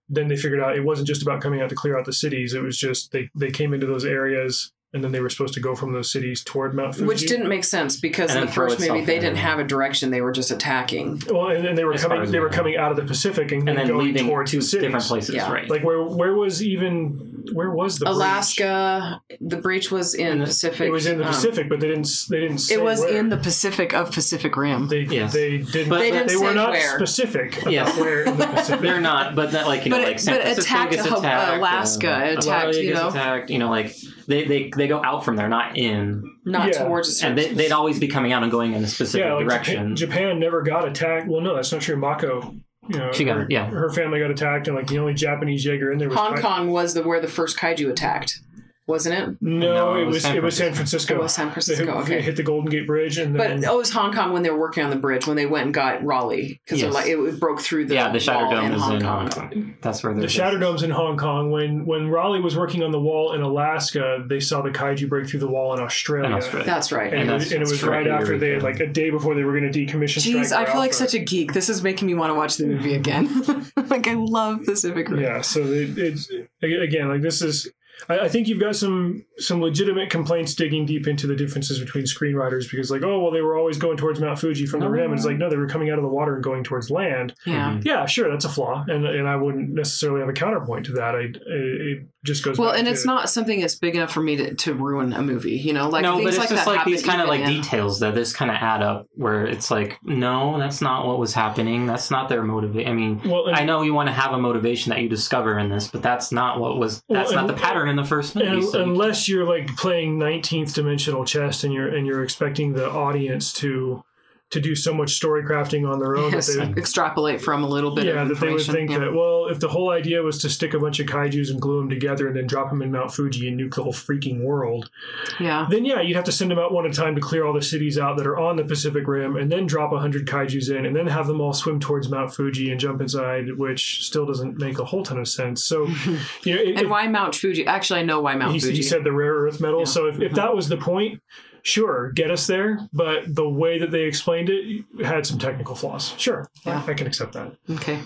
C: then they figured out it wasn't just about coming out to clear out the cities. It was just they they came into those areas and then they were supposed to go from those cities toward Mount Fuji.
A: Which didn't make sense because
B: And
A: in
B: then
A: the
B: throw
A: first movie
B: itself
A: they
B: in.
A: didn't have a direction; they were just attacking.
C: Well, and, and they were
B: As far
C: coming.
B: as
C: They
B: we
C: were
B: know.
C: coming out of the Pacific and,
B: and then
C: going
B: leaving
C: toward
B: two
C: the cities.
B: different places,
A: Yeah.
B: right?
C: Like where where was even where was the breach?
A: Alaska, the breach was in
B: And the-
A: Pacific.
C: It was in the
A: um,
C: Pacific, but they didn't. s- They didn't. Say
A: It was
C: where.
A: in the Pacific of Pacific Rim.
C: They
B: Yes.
C: they didn't.
B: But-
C: But
A: they
B: They
A: didn't
C: they
A: say
C: were not
A: where.
C: specific about
B: Yes.
C: where in the Pacific.
B: They're not, but not like you know,
A: But-
B: like San
A: but
B: Francisco
A: attacked
B: gets
A: Ho-
B: attacked,
A: Alaska,
B: uh,
A: attacked,
B: Alaska
A: you
B: gets
A: know.
B: attacked. You know, like they, they they go out from there, not in,
A: not
C: Yeah.
A: towards a certain
B: and they, they'd always be coming out and going in a specific
C: yeah, like
B: direction.
C: Japan, Japan never got attacked. Well, no, that's not true. Mako, you know,
B: She got-
C: her,
B: yeah.
C: her family got attacked, and like the only Japanese Jaeger in there was
A: Hong
C: Kai-
A: Kong was the where the first kaiju attacked. wasn't it?
C: No,
B: No,
C: it was it was San Francisco.
A: It was San Francisco.
C: They hit,
A: Okay.
C: hit the Golden Gate Bridge and
A: But
C: then
A: oh, it was Hong Kong when they were working on the bridge when they went and got Raleigh because
B: Yes.
A: like, it, it broke through the
B: yeah, the Shadow
A: wall
B: Dome
A: in
B: is
A: Hong
B: in
A: Kong.
B: Hong Kong. That's where
C: the
B: there's
C: Shadow Dome's in Hong Kong. When when Raleigh was working on the wall in Alaska, they saw the kaiju break through the wall in Australia.
B: in Australia.
A: That's right.
C: And,
B: And
C: it,
B: that's-
C: was- and it was
B: that's
C: right
B: right,
C: after they had
B: Eureka.
C: like a day before they were going to decommission.
A: Jeez,
C: Striker
A: I feel like
C: Alpha.
A: such a geek. This is making me want to watch the movie again. like I love Pacific Rim.
C: yeah so it, it's again like this is I, I think you've got some some legitimate complaints digging deep into the differences between screenwriters because like oh well they were always going towards mount fuji
A: Oh.
C: from the rim and it's like no they were coming out of the water and going towards land
A: Yeah.
B: Mm-hmm.
C: yeah sure that's a flaw and and i wouldn't necessarily have a counterpoint to that i it, it just goes
A: Well,
C: back
A: and
C: to-
A: it's not something that's big enough for me to, to ruin a movie, you know? Like
B: no,
A: things
B: but it's
A: like
B: just
A: that
B: like
A: happen
B: these kind of
A: even
B: like
A: in-
B: details that just kind of add up, where it's like, no, that's not what was happening. That's not their motivation. I mean,
C: well and,
B: I know you want to have a motivation that you discover in this, but that's not what was.
C: Well,
B: That's not
C: and-
B: the pattern in the first movie.
C: and-
B: so-
C: unless you're like playing 19th dimensional chess and you're and you're expecting the audience to to do so much story crafting on their own
A: Yes,
C: that they
A: extrapolate from a little bit
C: yeah,
A: of
C: that they would
A: information.
C: think
A: yeah.
C: that well, if the whole idea was to stick a bunch of kaiju's and glue them together and then drop them in Mount Fuji and nuke the whole freaking world,
A: yeah.
C: then yeah, you'd have to send them out one at a time to clear all the cities out that are on the Pacific Rim, and then drop hundred kaiju's in, and then have them all swim towards Mount Fuji and jump inside, which still doesn't make a whole ton of sense. So, you know, it,
A: And why Mount Fuji? Actually, I know why Mount
C: he,
A: Fuji.
C: he said the rare earth metal.
A: Yeah.
C: So if, if
A: Mhm.
C: that was the point, sure, get us there. But the way that they explained it had some technical flaws. Sure, I-
A: Yeah.
C: I can accept that.
A: okay.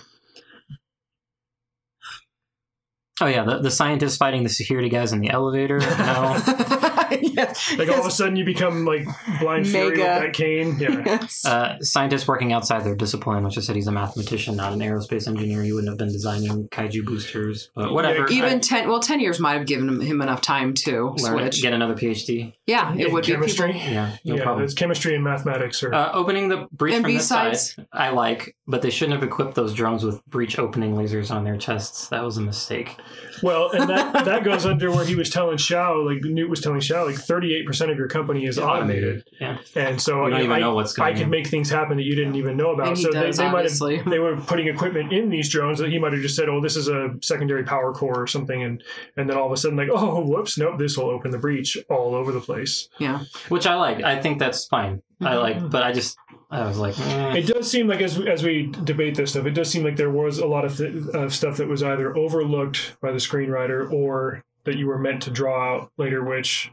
B: oh yeah, the, the scientists fighting the security guys in the elevator. No,
A: yes.
C: Oh. Like all of a sudden you become like blind fury with
A: Mega.
C: that cane. Yeah.
A: yes.
B: uh, scientists working outside their discipline, which I said he's a mathematician, not an aerospace engineer. He wouldn't have been designing kaiju boosters, but whatever.
C: Yeah,
A: even ten, well, ten years might have given him, him enough time to
B: Learn it,
A: switch.
B: get another PhD.
A: yeah, it
C: In
A: would
C: chemistry.
A: be people.
B: Yeah, no
C: yeah,
B: problem.
C: it's chemistry and mathematics are
B: Uh, opening the breach
A: And
B: from this
A: B-sides?
B: side, I like, but they shouldn't have equipped those drones with breach opening lasers on their chests. That was a mistake.
C: well, and that that goes under where he was telling Shao, like Newt was telling Shao, like thirty eight percent of your company is automated,
B: Yeah.
C: and so
B: We
C: I,
B: don't even
C: I,
B: know what's
C: I
B: going
C: could
B: on.
C: make things happen that you didn't even know about.
A: And he
C: Oh, so
A: does,
C: they, they might have
A: obviously.
C: they were putting equipment in these drones that he might have just said, "Oh, this is a secondary power core or something," and and then all of a sudden, like, "Oh, whoops, nope, this will open the breach all over the place."
A: Yeah.
B: Which I like. I think that's fine. I like, but I just, I was like, eh.
C: Mm-hmm. It does seem like as we, as we debate this stuff, it does seem like there was a lot of, th- of stuff that was either overlooked by the screenwriter or that you were meant to draw out later. Which,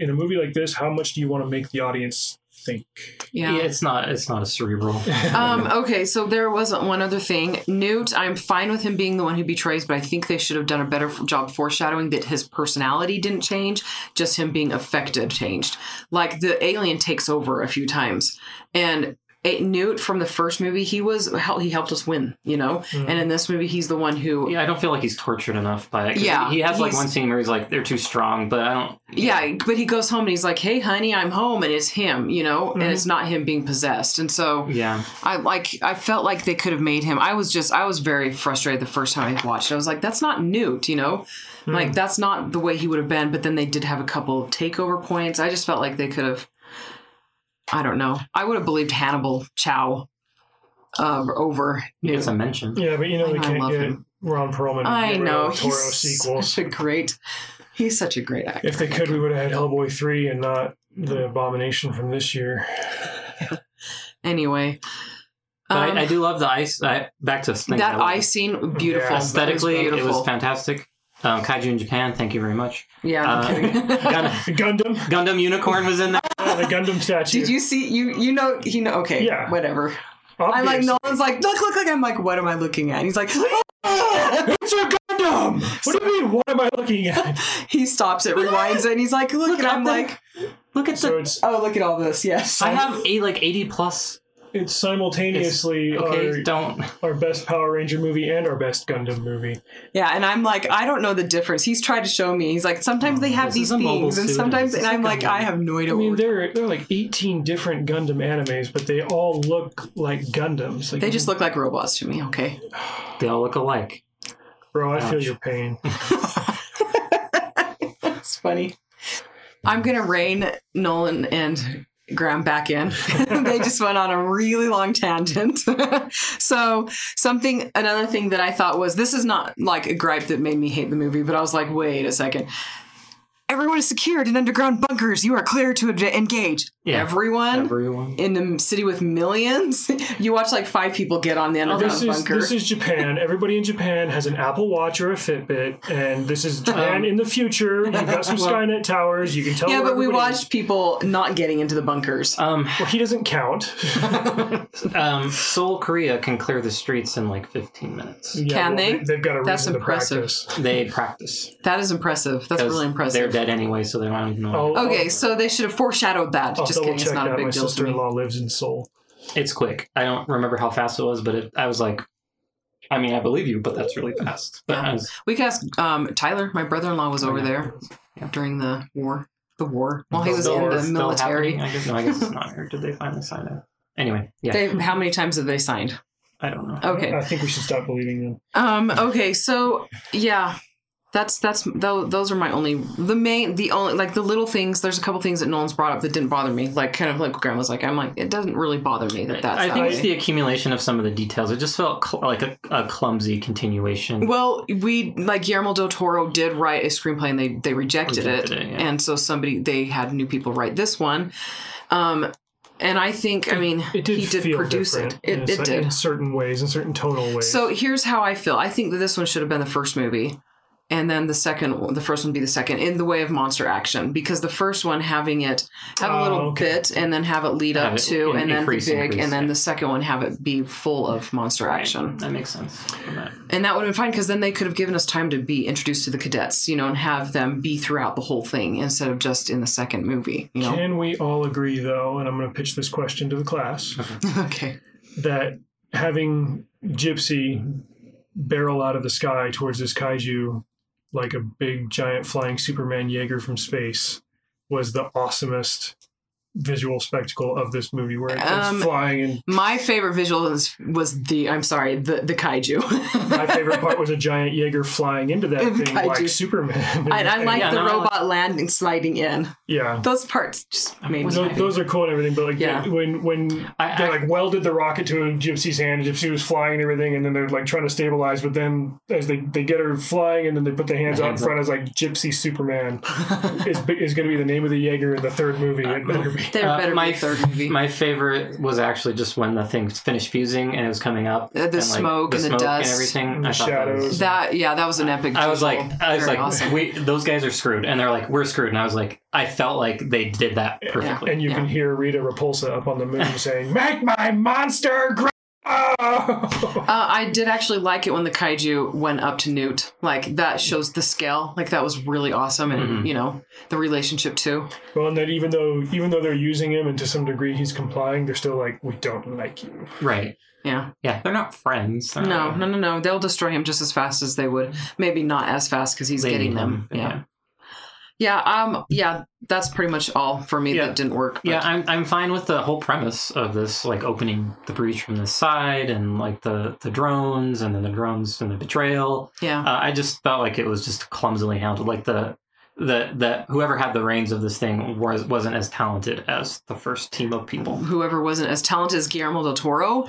C: in a movie like this, how much do you want to make the audience think?
A: Yeah.
B: yeah, it's not, it's not a cerebral.
A: Um, okay, so there was one other thing. Newt, I'm fine with him being the one who betrays, but I think they should have done a better f- job foreshadowing that his personality didn't change, just him being affected changed. Like the alien takes over a few times, and it, Newt from the first movie, he was hel- he helped us win, you know. And in this movie, he's the one who, yeah,
B: Yeah, I don't feel like he's tortured enough by it. 'Cause
A: Yeah,
B: he has like
A: he's-
B: one scene where he's like, they're too strong, but I don't.
A: but he goes home and he's like, "Hey, honey, I'm home," and it's him, you know,
C: Mhm.
A: and it's not him being possessed, and so.
B: Yeah,
A: I like I felt like they could have made him. I was just I was very frustrated the first time I watched. it. I was like, that's not Newt, you know,
C: Hmm.
A: like that's not the way he would have been. But then they did have a couple of takeover points. I just felt like they could have. I don't know. I would have believed Hannibal Chow uh, over
B: he
A: Newt.
B: gets a mention.
C: Hmm. yeah, but you know
A: I
C: they
A: know, I
C: can't
A: love
C: get
A: him.
C: Ron Perlman.
A: I
C: and
A: know
C: Guillermo del Toro
A: he's
C: sequels.
A: such a great. He's such a great actor.
C: If they could, we would have had Hellboy three and not the
A: Hmm.
C: Abomination from this year.
A: Anyway,
B: But
A: um,
B: I, I do love the ice. I, back to things I
A: that
B: love.
A: eye scene beautiful
C: Yeah.
B: Aesthetically,
A: It was
B: it was
A: beautiful.
B: fantastic. Um, Kaiju in Japan, thank you very much.
A: yeah. no
B: uh,
A: kidding.
B: Gun-
C: Gundam,
B: Gundam Unicorn was in that.
C: uh, the Gundam statue.
A: Did you see you you know he know okay
C: Yeah.
A: whatever I'm like
C: Obvious.
A: Nolan's like look look look I'm like what am I looking at? And he's like "Oh!"
C: It's a Gundam. What do you mean? What am I looking at?
A: he stops it rewinds it and he's like look, and
B: up
A: I'm
B: there.
A: like
B: Look at
C: So
B: the.
C: it's
A: oh look at all this yes
B: I have a like eighty plus.
C: it's simultaneously our,
B: Okay, don't.
C: our best Power Ranger movie and our best Gundam movie.
A: yeah and I'm like I don't know the difference he's tried to show me he's like sometimes they have
B: Oh, This is
A: these
B: a mobile
A: things and
B: suit.
A: sometimes
B: This
A: and
B: is
A: I'm
B: like
A: like
B: a-
A: I have no idea
C: I mean,
A: what we're-
C: there there are like eighteen different Gundam animes, but they all look like Gundams. Like,
A: they just look like robots to me okay
B: They all look alike.
C: bro, I feel
B: Ouch.
C: your pain.
A: it's funny I'm gonna rein Nolan and Graham back in. they just went on a really long tangent. so something another thing that I thought was this is not like a gripe that made me hate the movie, but I was like, wait a second. Everyone is secured in underground bunkers. You are clear to ad- engage.
B: Yeah.
A: Everyone
B: Everyone.
A: in a city with millions. you watch like five people get on the
C: Now,
A: underground
C: this is
A: bunker.
C: this is Japan. Everybody in Japan has an Apple Watch or a Fitbit, and this is Japan
B: Um,
C: in the future. You've got some
B: Well-
C: Skynet towers. You can tell.
A: Oh. yeah,
C: where
A: but we
C: everybody Uh, is.
A: watched people not getting into the bunkers.
B: Um,
C: Well, he doesn't count.
B: um, Seoul, Korea can clear the streets in like 15 minutes.
C: Yeah,
A: Can they?
C: They've got a
A: That's
C: reason
A: impressive.
C: to practice.
B: They practice.
A: That is impressive. That's
B: 'cause
A: really
B: They're
A: impressive.
B: dead anyway, so they don't even know.
C: I'll- I'll-
A: Okay, so they should have foreshadowed that.
C: I'll
A: Just
C: double
A: kidding. It's
C: Oh, check
A: not a
C: that.
A: big
C: My
A: deal to me.
C: sister-in-law lives in Seoul.
B: It's quick. I don't remember how fast it was, but it, I was like, I mean, I believe you, but that's really fast. But I was,
A: We could ask um, Tyler. My brother-in-law was over
B: Yeah.
A: there during the war. The war. While he
B: It's
A: was
B: still-
A: in the
B: it's still happening,
A: military.
B: I guess, no, I guess it's not here. Did they finally sign it? Anyway, yeah,
A: They, Oh, how many times have they signed?
B: I don't know.
A: Okay.
C: I think we should stop believing them.
A: Um. Okay. So yeah, that's that's tho- those are my only the main the only like the little things. There's a couple things that Nolan's brought up that didn't bother me. Like kind of like grandma's like I'm like it doesn't really bother me that that's
B: I
A: that
B: think
A: way.
B: it's the accumulation of some of the details. It just felt cl- like a, a clumsy continuation.
A: Well, we like Guillermo del Toro did write a screenplay and they they rejected,
B: Rejected
A: it,
B: it, yeah.
A: and so somebody they had new people write this one, um, and I think I mean
C: It did
A: he did
C: feel
A: produce it.
C: different
A: It,
C: in,
A: it
C: cer-
A: did.
C: in certain ways, in certain tonal ways.
A: So here's how I feel. I think that this one should have been the first movie, and then the second, the first one be the second in the way of monster action because the first one having it have a
C: Oh,
A: little
C: okay.
A: bit and then have it lead
B: Have
A: up
B: it
A: to and then the
B: increase,
A: big
B: increase,
A: and then
B: yeah.
A: the second one have it be full of monster action.
B: That makes sense. from that.
A: And that would have been fine because then they could have given us time to be introduced to the cadets, you know, and have them be throughout the whole thing instead of just in the second movie, you know.
C: can we all agree, though? And I'm going to pitch this question to the class
A: okay.
C: that having Gypsy barrel out of the sky towards this kaiju like a big giant flying Superman Jaeger from space was the awesomest visual spectacle of this movie where it's
A: Um,
C: flying and
A: My favorite visual was, was the I'm sorry, the the kaiju.
C: my favorite part was a giant Jaeger flying into that thing like
A: Kaiju.
C: Superman.
A: And I like
B: Yeah,
A: the
B: no, I like-
A: robot landing, sliding in.
C: yeah.
A: Those parts just made me
C: Tho-
A: happy.
C: those are cool and everything, but like
A: Yeah.
C: when when
B: I-
C: they
B: I-
C: like welded the rocket to Gypsy's hand, Gypsy was flying and everything, and then they're like trying to stabilize, but then as they, they get her flying and then they put the hands
B: The
C: out in
B: hands
C: front as like Gypsy Superman is is going to be the name of the Jaeger in the third movie. It better be.
A: They're
B: Uh,
A: better
B: my
A: than the third
B: f-
A: movie.
B: My favorite was actually just when the thing finished fusing and it was coming
A: Uh,
B: up.
A: the
B: and, like,
A: smoke and the dust.
B: and everything.
C: And the
B: I thought that was-
C: shadows.
A: that yeah, that was an epic.
B: I was like,
A: visual.
B: I was
A: Very
B: like,
A: awesome.
B: we those guys are screwed, and they're like, we're screwed, and I was like, I felt like they did that perfectly.
C: And you can hear Rita Repulsa up on the moon saying, "Make my monster grow."
A: Uh, I did actually like it when the kaiju went up to Newt. Like that shows the scale. Like that was really awesome, and
B: Mhm.
A: you know the relationship too.
C: Well, and that even though even though they're using him and to some degree he's complying, they're still like, "We don't like you."
B: Right?
A: Yeah.
B: Yeah, they're not friends. They're
A: No,
C: Uh,
B: not-
A: no, no, no. They'll destroy him just as fast as they would. Maybe not as fast because he's
B: They
A: getting
B: need
A: them. Yeah.
B: him, yeah.
A: yeah. Um. Yeah. That's pretty much all for me.
B: Yeah.
A: That didn't work. but-
B: Yeah, I'm I'm fine with the whole premise of this, like opening the breach from this side, and like the the drones, and then the drones and the betrayal.
A: Yeah.
B: Uh, I just felt like it was just clumsily handled. Like the the the whoever had the reins of this thing was wasn't as talented as the first team of people.
A: Whoever wasn't as talented as Guillermo del Toro,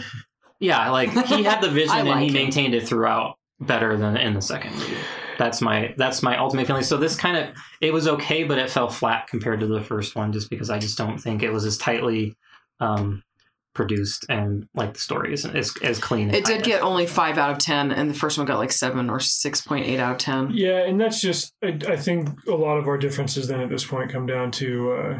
B: Yeah, like he had the
A: I
B: vision
A: like
B: and he
A: him.
B: maintained it throughout better than in the second movie. That's my that's my ultimate feeling. So this kind of it was okay, but it fell flat compared to the first one, just because I just don't think it was as tightly um, produced and like the story isn't as, as clean. and
A: it did
B: tight
A: get
B: as-
A: only five out of ten, and the first one got like seven or six point eight out of ten.
C: Yeah, and that's just I, I think a lot of our differences then at this point come down to uh,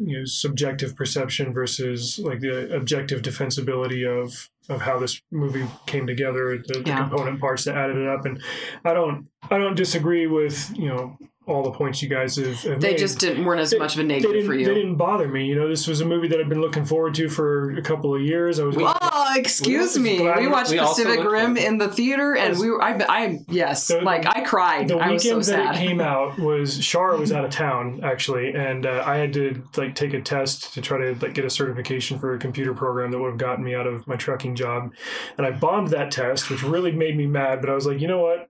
C: you know subjective perception versus like the objective defensibility of of how this movie came together, the, the
A: Yeah.
C: component parts that added it up, and I don't I don't disagree with you know all the points you guys have, have
A: They
C: made.
A: just didn't weren't as
C: They-
A: much of a
C: they
A: negative
C: didn't,
A: for
C: they
A: you.
C: didn't bother me. You know, this was a movie that I've been looking forward to for a couple of years. I was
A: Oh, excuse
C: We-
A: me. We watched
B: we also
A: Pacific
B: looked
A: Rim
B: for it.
A: in the theater, and
C: Yes.
A: we were, I, I yes,
C: The-
A: like I cried.
C: the
A: I
C: weekend
A: was so sad.
C: that it came out was Shar was out of town actually, and uh, I had to like take a test to try to like get a certification for a computer program that would have gotten me out of my trucking job, and I bombed that test, which really made me mad. But I was like, you know what?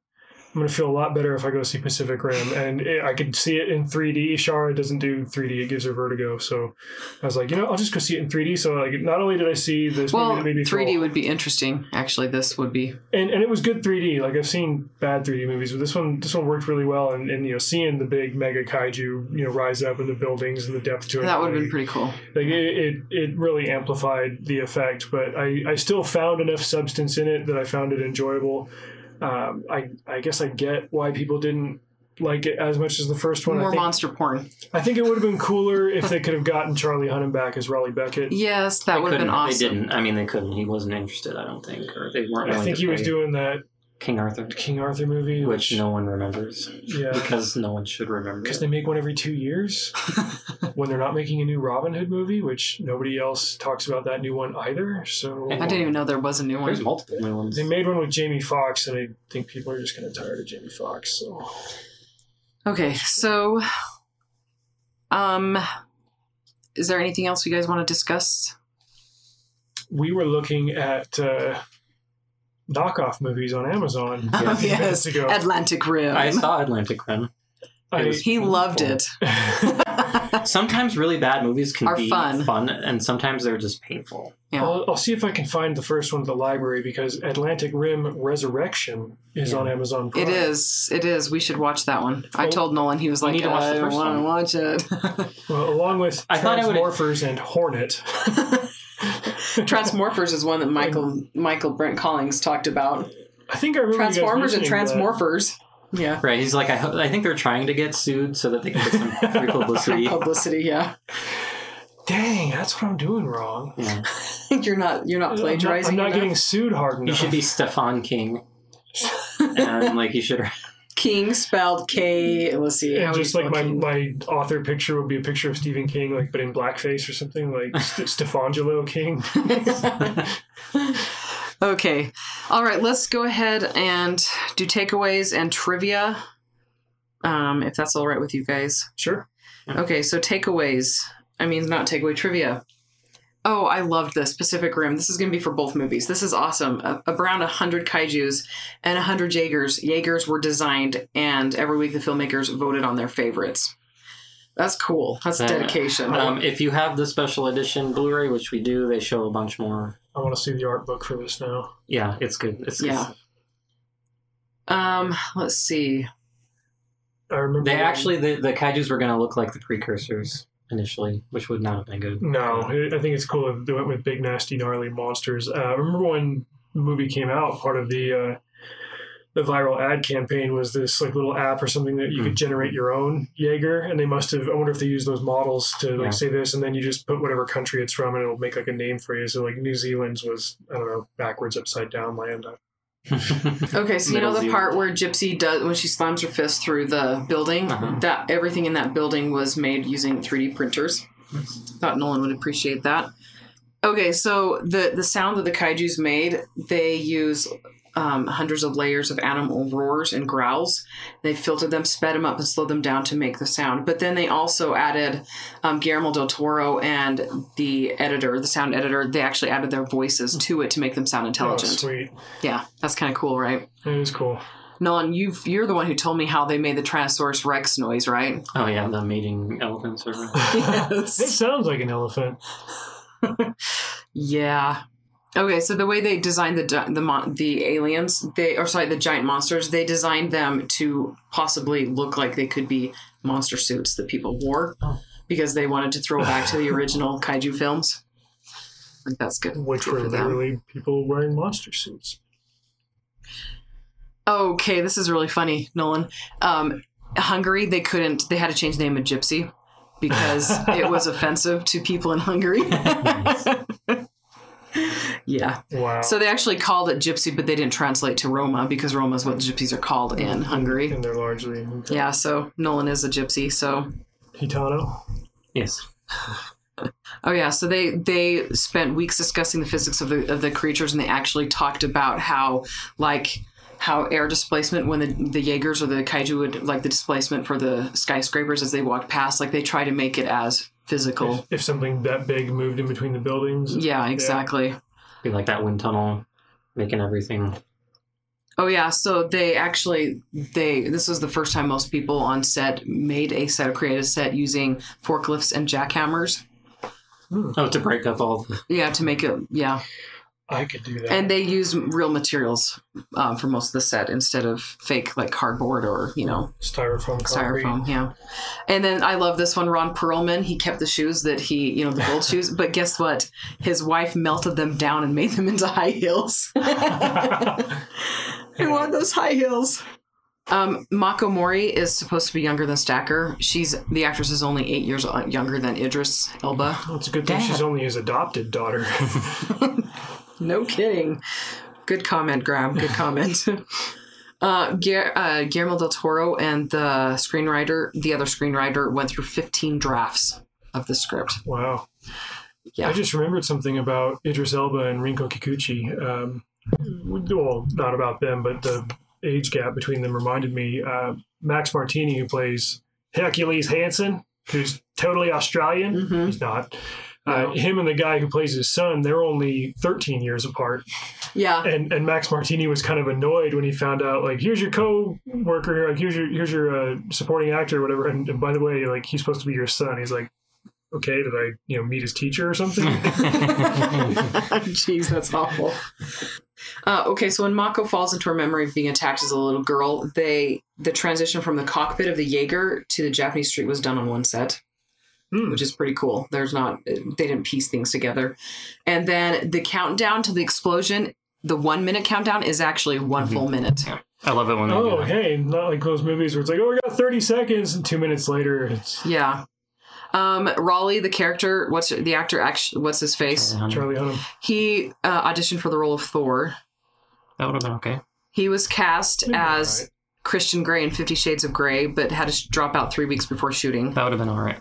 C: I'm gonna feel a lot better if I go see Pacific Rim, and it, I could see it in 3D. Shara doesn't do 3D; it gives her vertigo. So I was like, you know, I'll just go see it in 3D. So like, not only did I see this
A: Well,
C: movie that made me
A: 3D
C: feel,
A: would be interesting. Actually, this would be.
C: and, and it was good 3D. Like I've seen bad 3D movies, but this one this one worked really well. And, and you know, seeing the big mega kaiju, you know, rise up in the buildings and the depth to it,
A: That would have
C: like,
A: been pretty cool.
C: like it, it, it really amplified the effect but I, I still found enough substance in it that i found it enjoyable um, I, I guess i get why people didn't like it as much as the first one I
A: More
C: think,
A: monster porn.
C: I think it would have been cooler if they could have gotten charlie hunnam back as raleigh beckett
A: Yes, that
B: They
A: would have been
B: couldn't-
A: awesome.
B: They didn't. I mean, they couldn't. He wasn't interested. I don't think, or they weren't.
C: i
B: Willing
C: think
B: to
C: he was
B: pay
C: doing that
B: King Arthur,
C: king arthur movie
B: which no one remembers
C: yeah
B: because no one should remember.
C: because
B: it.
C: they make one every two years when they're not making a new robin hood movie which nobody else talks about that new one either so
A: I didn't even know there was a new
B: There's
A: one.
B: multiple new ones.
C: They made one with Jamie Foxx, and I think people are just kind of tired of Jamie Foxx. So
A: Okay, so, um, is there anything else you guys want to discuss?
C: we were looking at uh, knockoff movies on Amazon
B: Oh,
C: a few
A: yes.
C: minutes ago.
A: Atlantic Rim.
B: I saw Atlantic Rim.
C: I-
B: was-
A: he loved it.
B: Sometimes really bad movies can
A: Are
B: be
A: fun.
B: and sometimes they're just painful.
A: Yeah.
C: I'll, I'll see if I can find the first one at the library because Atlantic Rim Resurrection is
B: Yeah.
C: on Amazon. Prime.
A: It is. It is. We should watch that one. I
C: Oh.
A: told Nolan he was
B: We
A: like,
B: need to watch the
A: I don't
B: first
A: want to
B: one."
A: watch it.
C: well, along with
B: I thought I would've-
C: Transmorphers and Hornet.
A: Transmorphers is one that Michael Michael Brent Collings talked about.
C: I think I remember you guys
A: Transformers and
C: mentioning that.
A: Transmorphers. Yeah.
B: Right. He's like, I, ho- I think they're trying to get sued so that they can get some free publicity.
A: Publicity, yeah.
C: Dang, that's what I'm doing wrong.
B: Yeah.
A: You're not you're not plagiarizing.
C: I'm not, I'm not
A: enough.
C: getting sued hard
B: He
C: enough.
B: should be Stefan King. and like he should
A: King spelled K. Let's see. how
C: And
A: do you
C: just like
A: spell
C: my,
A: King?
C: my author picture would be a picture of Stephen King, like but in blackface or something, like St- Stefangelo King.
A: okay. All right, let's go ahead and do takeaways and trivia. Um, if that's all right with you guys.
C: Sure.
A: Okay, so takeaways. I mean, not takeaway trivia. Oh, I loved this Pacific Rim. This is going to be for both movies. This is awesome. A- Around 100 kaijus and 100 Jaegers. Jaegers were designed, and every week the filmmakers voted on their favorites. That's cool. That's
B: Yeah.
A: dedication.
B: um, if you have the special edition Blu-ray, which we do, they show a bunch more.
C: I want to see the art book for this now.
B: Yeah, it's good. It's good.
A: Yeah. um, let's see.
C: I remember
B: They
C: when-
B: actually the, the kaiju's were gonna look like the precursors initially, which would not have been good.
C: No, I think it's cool if they went with big, nasty, gnarly monsters. Uh, I remember when the movie came out, part of the uh, the viral ad campaign was this like little app or something that you could generate your own Jaeger, and they must have. I wonder if they used those models to like
B: Yeah.
C: say this, and then you just put whatever country it's from, and it'll make like a name for you. So like New Zealand's was I don't know backwards, upside down land. Oh,
A: Okay, so you know
B: Middle
A: the
B: Zealand.
A: part where Gypsy does when she slams her fist through the building.
B: Uh-huh.
A: That everything in that building was made using 3D printers. Thought Nolan would appreciate that. Okay, so the the sound that the kaiju's made, they use um, hundreds of layers of animal roars and growls. They filtered them, sped them up, and slowed them down to make the sound. But then they also added um, Guillermo del Toro and the editor, the sound editor. They actually added their voices to it to make them sound
C: Oh,
A: intelligent.
C: sweet,
A: yeah, that's kind of cool, right?
C: it was cool.
A: Nolan, you've you're the one who told me how they made the Tyrannosaurus Rex noise, right?
B: Oh yeah, the mating elephants. Or
C: It
A: Yes.
C: sounds like an elephant.
A: yeah. Okay, so the way they designed the di- the mon- the aliens, they or sorry, the giant monsters, they designed them to possibly look like they could be monster suits that people wore
B: Oh.
A: because they wanted to throw back to the original kaiju films. Like that's good.
C: which
A: good
C: were
A: for them.
C: literally people wearing monster suits.
A: Okay, this is really funny, Nolan. Um, Hungary, they couldn't, they had to change the name of Gypsy because it was offensive to people in Hungary. yeah.
C: Wow.
A: So they actually called it Gypsy, but they didn't translate to Roma because Roma is what gypsies are called in Hungary.
C: and they're largely
A: Yeah, so Nolan is a gypsy. So,
C: Hitano.
B: yes.
A: oh yeah, so they they spent weeks discussing the physics of the of the creatures, and they actually talked about how like how air displacement when the the Jaegers or the kaiju would like the displacement for the skyscrapers as they walked past, like they try to make it as physical.
C: If, if something that big moved in between the buildings,
A: Yeah, exactly.
B: Be like that wind tunnel, making everything
A: Oh yeah, so they actually they this was the first time most people on set made a set or created a set using forklifts and jackhammers.
C: Hmm.
B: Oh, to break up all the
A: Yeah, to make it yeah,
C: I could do that.
A: and they use real materials um, for most of the set instead of fake like cardboard or you know
C: styrofoam concrete.
A: styrofoam. Yeah, and then I love this one. Ron Perlman he kept the shoes that he you know the gold shoes, but guess what? His wife melted them down and made them into high heels. I want those high heels. Um, Mako Mori is supposed to be younger than Stacker. She's the actress is only eight years o- younger than Idris Elba.
C: Well, it's a good thing
A: Dad.
C: she's only his adopted daughter.
A: No kidding. Good comment, Graham. Good comment. uh, Guer- uh, Guillermo del Toro and the screenwriter, the other screenwriter, went through 15 drafts of the script.
C: wow.
A: Yeah.
C: I just remembered something about Idris Elba and Rinko Kikuchi. Um, well, not about them, but the age gap between them reminded me. Uh, Max Martini, who plays Hercules Hansen, who's totally Australian.
A: Mm-hmm.
C: He's not.
A: No.
C: Uh, him and the guy who plays his son, they're only 13 years apart.
A: Yeah.
C: and and Max Martini was kind of annoyed when he found out like here's your co-worker like here's your here's your uh, supporting actor or whatever and, and by the way like he's supposed to be your son he's like okay did I you know meet his teacher or something
A: Jeez, that's awful. Uh, okay, so when Mako falls into her memory of being attacked as a little girl, they the transition from the cockpit of the Jaeger to the Japanese street was done on one set.
C: Hmm.
A: which is pretty cool. There's not they didn't piece things together. And then the countdown to the explosion, the one minute countdown is actually one full minute.
B: I love it when they
C: oh
B: do that.
C: hey not like those movies where it's like oh we got 30 seconds and two minutes later it's
A: Yeah. Um, Raleigh, the character, what's the actor? Actually, what's his face?
C: Charlie Hunnam
A: He uh, auditioned for the role of Thor.
B: That would have been okay.
A: He was cast
C: Maybe
A: as
C: alright.
A: Christian Grey in Fifty Shades of Grey, but had to sh- drop out three weeks before shooting.
B: That would have been all right.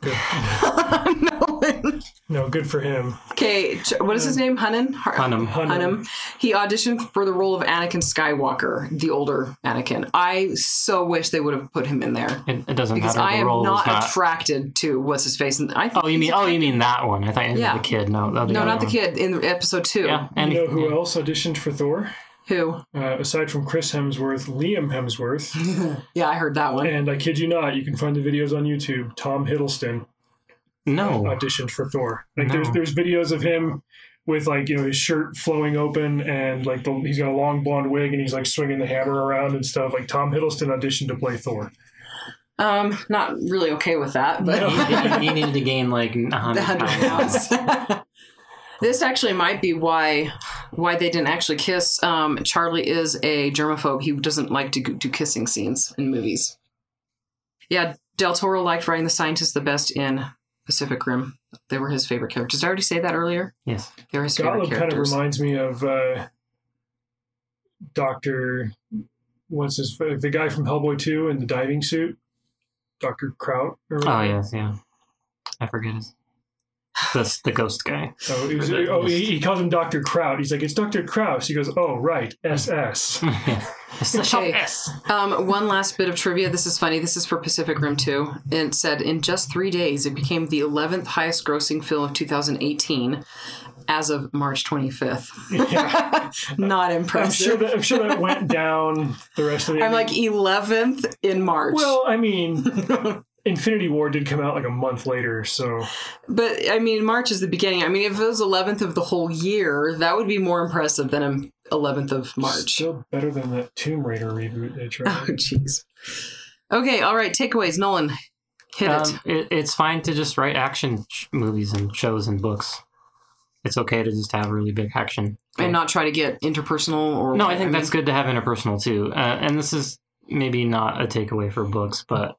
A: No.
C: no good for him
A: okay, Ch- what is his name? Hunan. Har-
B: Hunnam. Mm.
A: Hunnam. He auditioned for the role of Anakin Skywalker, the older Anakin. I so wish they would have put him in there
B: It, it doesn't
A: because
B: matter.
A: I
B: the
A: am
B: role
A: not,
B: is not.
A: attracted to what's his face. And I think
B: oh, you mean oh, you mean that one? I thought you
A: Yeah.
B: meant the kid. No, the
A: no,
B: other
A: not the
B: one.
A: kid in episode two.
B: Yeah,
C: Uh, you
B: and
C: know who else auditioned for Thor
A: Who?
C: uh, aside from Chris Hemsworth Liam Hemsworth
A: Yeah, I heard that one.
C: and I kid you not you can find the videos on YouTube Tom Hiddleston
B: No,
C: auditioned for Thor. Like
B: No.
C: there's there's videos of him with like you know his shirt flowing open and like the, he's got a long blonde wig and he's like swinging the hammer around and stuff. Like Tom Hiddleston auditioned to play Thor.
A: Um, not really okay with that, but
B: he, he needed to gain like a
A: the
B: hundred
A: hundred
B: pounds.
A: pounds. this actually might be why why they didn't actually kiss. Um, Charlie is a germaphobe. He doesn't like to do kissing scenes in movies. Yeah, Del Toro liked writing the scientists the best in Pacific Rim. They were his favorite characters. Did I already say that earlier?
B: Yes,
A: They were his favorite
C: Gottlieb kind of
A: characters.
C: reminds me of uh, Doctor. What's his uh, the guy from Hellboy two in the diving suit? Doctor Kraut. Or
B: Oh
C: whatever.
B: yes, yeah. I forget his. The the ghost guy.
C: Oh, it was- oh, he, he calls him Doctor Kraut. He's like, it's Doctor Kraus. He goes, oh right, SS.
B: It's the shop
A: Okay.
B: S.
A: Um, one last bit of trivia. This is funny. This is for Pacific Rim 2. It said in just three days, it became the 11th highest grossing film of 2018 as of March 25th. Not
C: I'm
A: impressive.
C: sure that I'm sure that went down the rest of the.
A: I'm like 11th in March.
C: Well, I mean, Infinity War did come out like a month later, so
A: but I mean, March is the beginning. I mean, if it was 11th of the whole year, that would be more impressive than um, 11th of March.
C: still better than that Tomb Raider reboot they
A: Oh,
C: tried.
A: jeez. Okay, all right. Takeaways, Nolan. Hit it.
B: Um, it, it's fine to just write action sh- movies and shows and books. It's okay to just have really big action.
A: And not try to get interpersonal or.
B: No, I think that's good to have interpersonal too. Uh, and this is maybe not a takeaway for books, but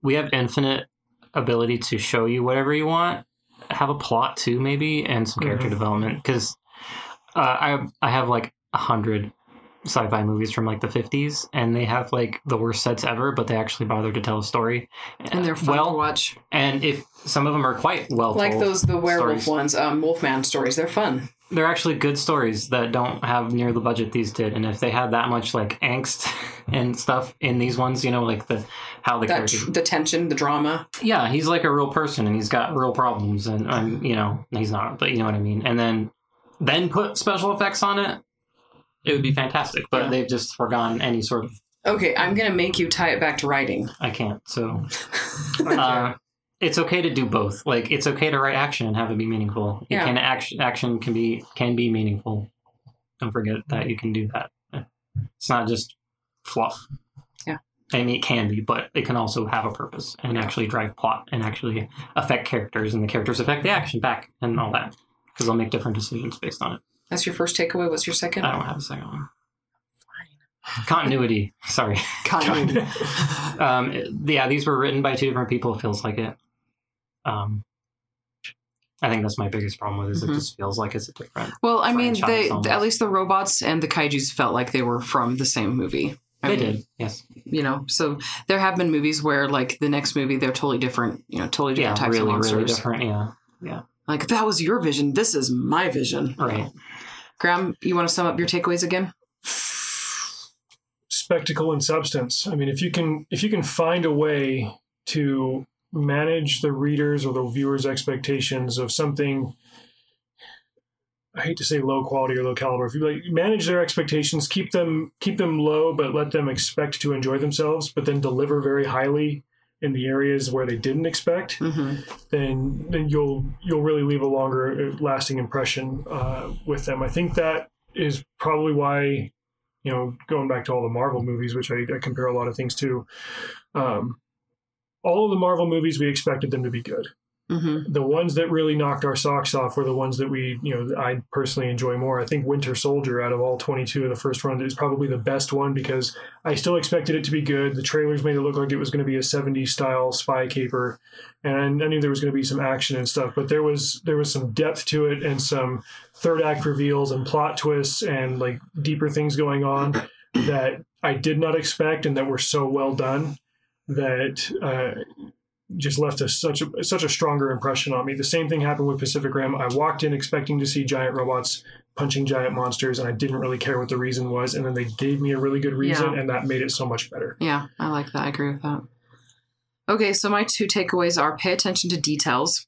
B: we have infinite ability to show you whatever you want. Have a plot too, maybe, and some character
C: Mhm.
A: Mm-hmm.
B: development. 'Cause development. Because uh, I I have like a hundred sci-fi movies from like the 50s and they have like the worst sets ever but they actually bother to tell a story
A: And they're fun
B: well
A: to watch.
B: and if some of them are quite well
A: Like
B: told.
A: those, the werewolf
B: stories.
A: ones, um, Wolfman stories. They're fun.
B: they're actually good stories that don't have near the budget these did and if they had that much like angst and stuff in these ones you know like the how the
A: That
B: character
A: tr- the tension, the drama.
B: yeah he's like a real person and he's got real problems and um, i'm you know he's not but you know what i mean and then then put special effects on it It would be fantastic, but
A: Yeah.
B: they've just forgotten any sort of.
A: Okay, I'm gonna make you tie it back to writing.
B: I can't. So
C: I
B: uh, it's okay to do both. Like it's okay to write action and have it be meaningful. It
A: Yeah.
B: can action action can be can be meaningful. Don't forget that you can do that. It's not just fluff.
A: Yeah.
B: I mean, it can be, but it can also have a purpose and actually drive plot and actually affect characters, and the characters affect the action back and all that. Because they'll make different decisions based on it.
A: That's your first takeaway. What's your second?
B: I don't have a second one. Continuity. Sorry.
A: Continuity.
C: can't.
B: um, it- yeah, these were written by two different people. It feels like it. Um, I think that's my biggest problem with it. Is
A: Mhm.
B: It just feels like it's a different.
A: Well, I mean,
B: Franchise
A: they
B: almost.
A: at least the robots and the kaiju's felt like they were from the same movie. I
B: They
A: mean,
B: did, yes.
A: you know. So there have been movies where like the next movie they're totally different, you know, totally
B: Yeah,
A: different types
B: really,
A: of monsters.
B: really different. Yeah,
A: Like that was your vision. This is my vision.
B: right.
A: Graham, you want to sum up your takeaways again?
C: spectacle and substance. I mean, if you can if you can find a way to manage the readers or the viewers' expectations of something I hate to say low quality or low caliber. If you like manage their expectations, keep them keep them low, but let them expect to enjoy themselves, but then deliver very highly in the areas where they didn't expect
A: Mm-hmm.
C: then then you'll you'll really leave a longer uh, lasting impression uh, with them. I think that is probably why, you know, going back to all the Marvel movies, which I, I compare a lot of things to, um, all of the Marvel movies we expected them to be good.
A: Mm-hmm.
C: The ones that really knocked our socks off were the ones that we, you know, I personally enjoy more. I think Winter Soldier, out of all 22 of the first one, is probably the best one because I still expected it to be good. The trailers made it look like it was going to be a 70s style spy caper, and I knew there was going to be some action and stuff. But there was there was some depth to it and some third act reveals and plot twists and like deeper things going on that I did not expect and that were so well done that uh, just left a, such a such a stronger impression on me. The same thing happened with Pacific Rim. I walked in expecting to see giant robots punching giant monsters, and I didn't really care what the reason was. And then they gave me a really good reason, and that made it so much better.
A: Yeah, I like that. I agree with that. Okay, so my two takeaways are pay attention to details.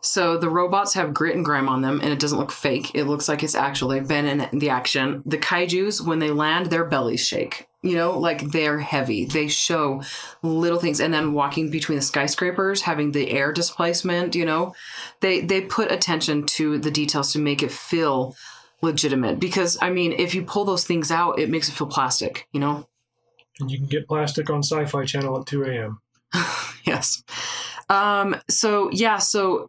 A: So the robots have grit and grime on them, and it doesn't look fake. It looks like it's actual. They've been in the action. The kaiju's, when they land, their bellies shake. You know, like they're heavy. They show little things, and then walking between the skyscrapers, having the air displacement. You know, they they put attention to the details to make it feel legitimate. Because I mean, if you pull those things out, it makes it feel plastic. You know,
C: And you can get plastic on Sci-Fi Channel at 2 a.m.
A: yes. Um, so yeah, so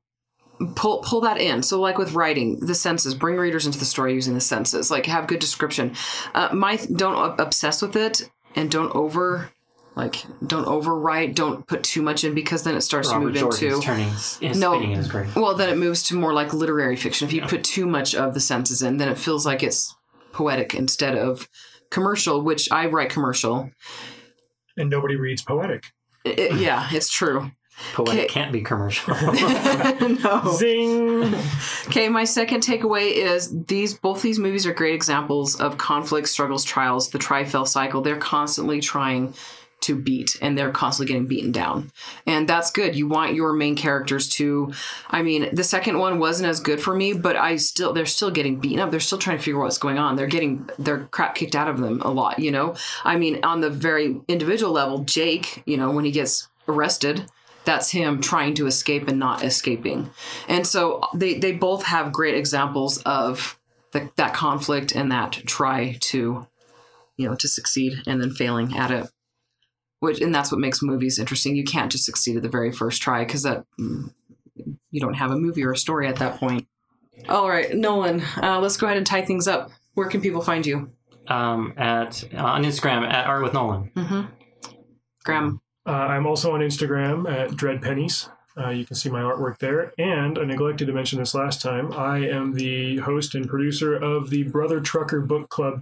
A: pull pull that in. So like with writing, the senses bring readers into the story using the senses. Like have good description. Uh, my don't ob- obsess with it and don't over like don't overwrite. Don't put too much in because then it starts
B: Robert
A: to move
B: Jordan's
A: into
B: turning his, his
A: No.
B: spinning is great.
A: well, then it moves to more like literary fiction. If you put too much of the senses in, then it feels like it's poetic instead of commercial. Which I write commercial.
C: And nobody reads poetic.
A: I- I- yeah, it's true.
B: Poetic
A: Okay.
B: can't be commercial.
A: no.
C: Zing! Uh,
A: Okay, my second takeaway is these both these movies are great examples of conflict, struggles, trials, the try fail cycle. They're constantly trying to beat and they're constantly getting beaten down. And that's good. You want your main characters to I mean, the second one wasn't as good for me, but I still they're still getting beaten up. They're still trying to figure out what's going on. They're getting their crap kicked out of them a lot, you know? I mean, on the very individual level, Jake, you know, when he gets arrested, that's him trying to escape and not escaping. And so they they both have great examples of the, that conflict and that try to, you know, to succeed and then failing at it. Which and that's what makes movies interesting. You can't just succeed at the very first try because that mm, you don't have a movie or a story at that point. All right, Nolan, uh, let's go ahead and tie things up. Where can people find you?
B: um, at on Instagram at Art with Nolan.
A: Mm-hmm. Graham.
C: Uh, I'm also on Instagram at Dread Pennies. Uh, you can see my artwork there. And I neglected to mention this last time. I am the host and producer of the Brother Trucker Book Club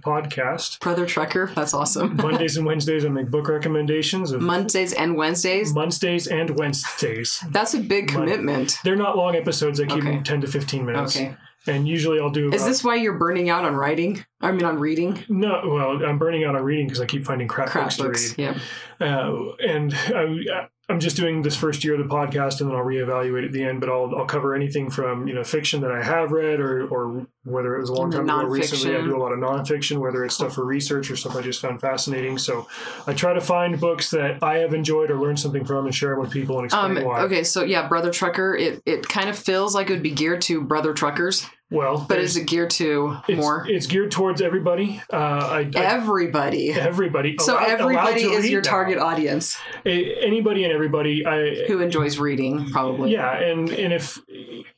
C: podcast.
A: Brother Trucker, that's awesome.
C: Mondays and Wednesdays, I make book recommendations of
A: Mondays and Wednesdays.
C: Mondays and Wednesdays.
A: That's a big
C: Mon-
A: commitment.
C: They're not long episodes. I keep
A: Okay.
C: them 10 to 15 minutes.
A: Okay.
C: And usually I'll do.
A: Is
C: about-
A: this why you're burning out on writing? I mean, on reading?
C: No, well, I'm burning out on reading because I keep finding crap,
A: Crap
C: books,
A: books.
C: to
A: Yeah.
C: read. Uh, and I, I'm just doing this first year of the podcast, and then I'll reevaluate at the end. But I'll I'll cover anything from you know fiction that I have read, or or whether it was a long time
A: And
C: ago, recently. I
A: nonfiction.
C: do a lot of nonfiction, whether it's stuff for research or stuff I just found fascinating. So I try to find books that I have enjoyed or learned something from, and share them with people and explain
A: Um,
C: why.
A: okay, so yeah, Brother Trucker. It, it kind of feels like it would be geared to Brother Truckers,
C: Well,
A: but
C: there's-
A: is it geared to
C: it's,
A: more
C: it's geared towards everybody. Uh, I, I,
A: everybody?
C: everybody.
A: So
C: allowed- allowed
A: everybody
C: to
A: is
C: read
A: your
C: now.
A: target audience
C: A- anybody and everybody. I,
A: who enjoys reading, probably.
C: yeah and and if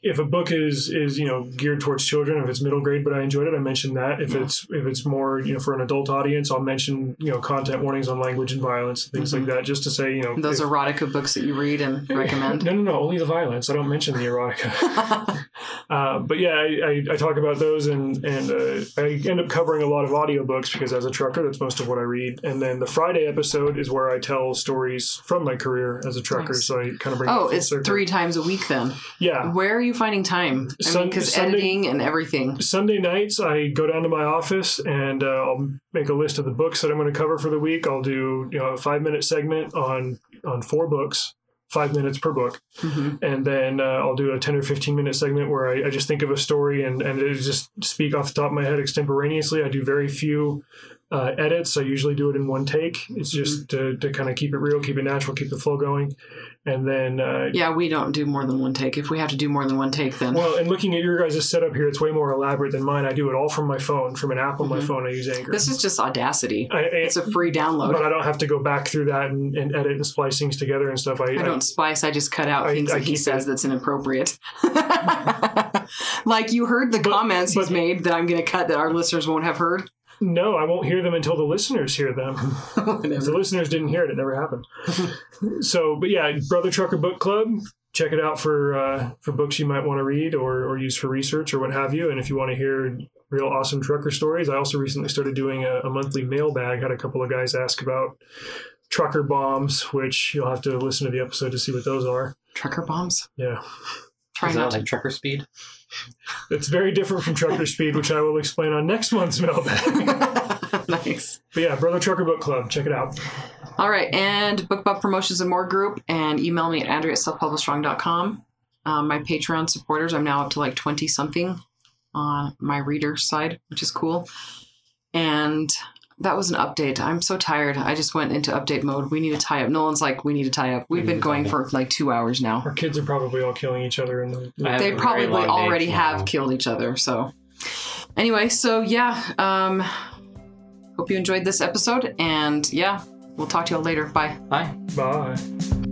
C: if a book is is you know geared towards children if it's middle grade but i enjoyed it i mentioned that if
A: Yeah.
C: it's if it's more you know for an adult audience i'll mention you know content warnings on language and violence and things
A: Mhm.
C: like that just to say you know
A: Those
C: if-
A: erotica books that you read and recommend.
C: no no no only the violence i don't mention the erotica uh, but yeah I, I, I talk about those and and uh, i end up covering a lot of audiobooks because as a trucker that's most of what i read and then the friday episode is where i tell stories from my career as a trucker
A: Nice.
C: so i kind of bring it
A: oh,
C: full
A: it's
C: circle.
A: three times a week then.
C: yeah
A: Where are you finding time? I mean,
C: Sun-
A: because
C: Sunday-
A: editing and everything.
C: Sunday nights, I go down to my office and uh, I'll make a list of the books that I'm going to cover for the week. I'll do you know a five minute segment on on four books, five minutes per book,
A: Mhm.
C: and then uh, I'll do a ten or fifteen minute segment where I, I just think of a story and and it just speak off the top of my head extemporaneously. I do very few. Uh, edits. I usually do it in one take. It's just to, to kind of keep it real, keep it natural, keep the flow going, and then uh,
A: Yeah, we don't do more than one take. If we have to do more than one take, then
C: well, and looking at your guys' setup here, it's way more elaborate than mine. I do it all from my phone, from an app on my
A: Mhm.
C: phone. I use Anchor.
A: this is just Audacity.
C: I, I-
A: It's a free
C: but
A: download.
C: I don't have to go back through that and, and edit and splice things together and stuff. I,
A: I don't splice. I just cut out
C: I-
A: things
C: I
A: that he
C: keep
A: says that's inappropriate. like you heard the
C: But-
A: comments he's
C: but-
A: made that I'm going to cut that our listeners won't have heard.
C: no, I won't hear them until the listeners hear them. if the listeners didn't hear it, it never happened. so, but yeah, Brother Trucker Book Club. Check it out for uh, for books you might want to read or, or use for research or what have you. And if you want to hear real awesome trucker stories, I also recently started doing a, a monthly mailbag. Had a couple of guys ask about trucker bombs, which you'll have to listen to the episode to see what those are.
A: Trucker bombs.
C: Yeah.
A: Try
B: Is
A: not
B: that
A: to.
B: like trucker speed?
C: It's very different from Trucker Speed, which I will explain on next month's mailbag.
A: nice.
C: but yeah, Brother Trucker Book Club, check it out.
A: All right, and Book Bub Promotions and More group, and email me at Andrea at selfpublishstrong.com. Um, my Patreon supporters, I'm now up to like 20 something on my reader side, which is cool. And that was an update. I'm so tired. I just went into update mode. We need to tie up. Nolan's like, we need to tie up. We've
B: We
A: been
B: need to tie
A: going
B: up.
A: for like two hours now.
C: Our kids are probably all killing each other in the.
B: I have a
A: They
B: very
A: probably
B: long day
A: already have
B: tomorrow.
A: killed each other. So, anyway, so yeah. Um, hope you enjoyed this episode. And yeah, we'll talk to you all later. Bye.
B: Bye.
C: Bye.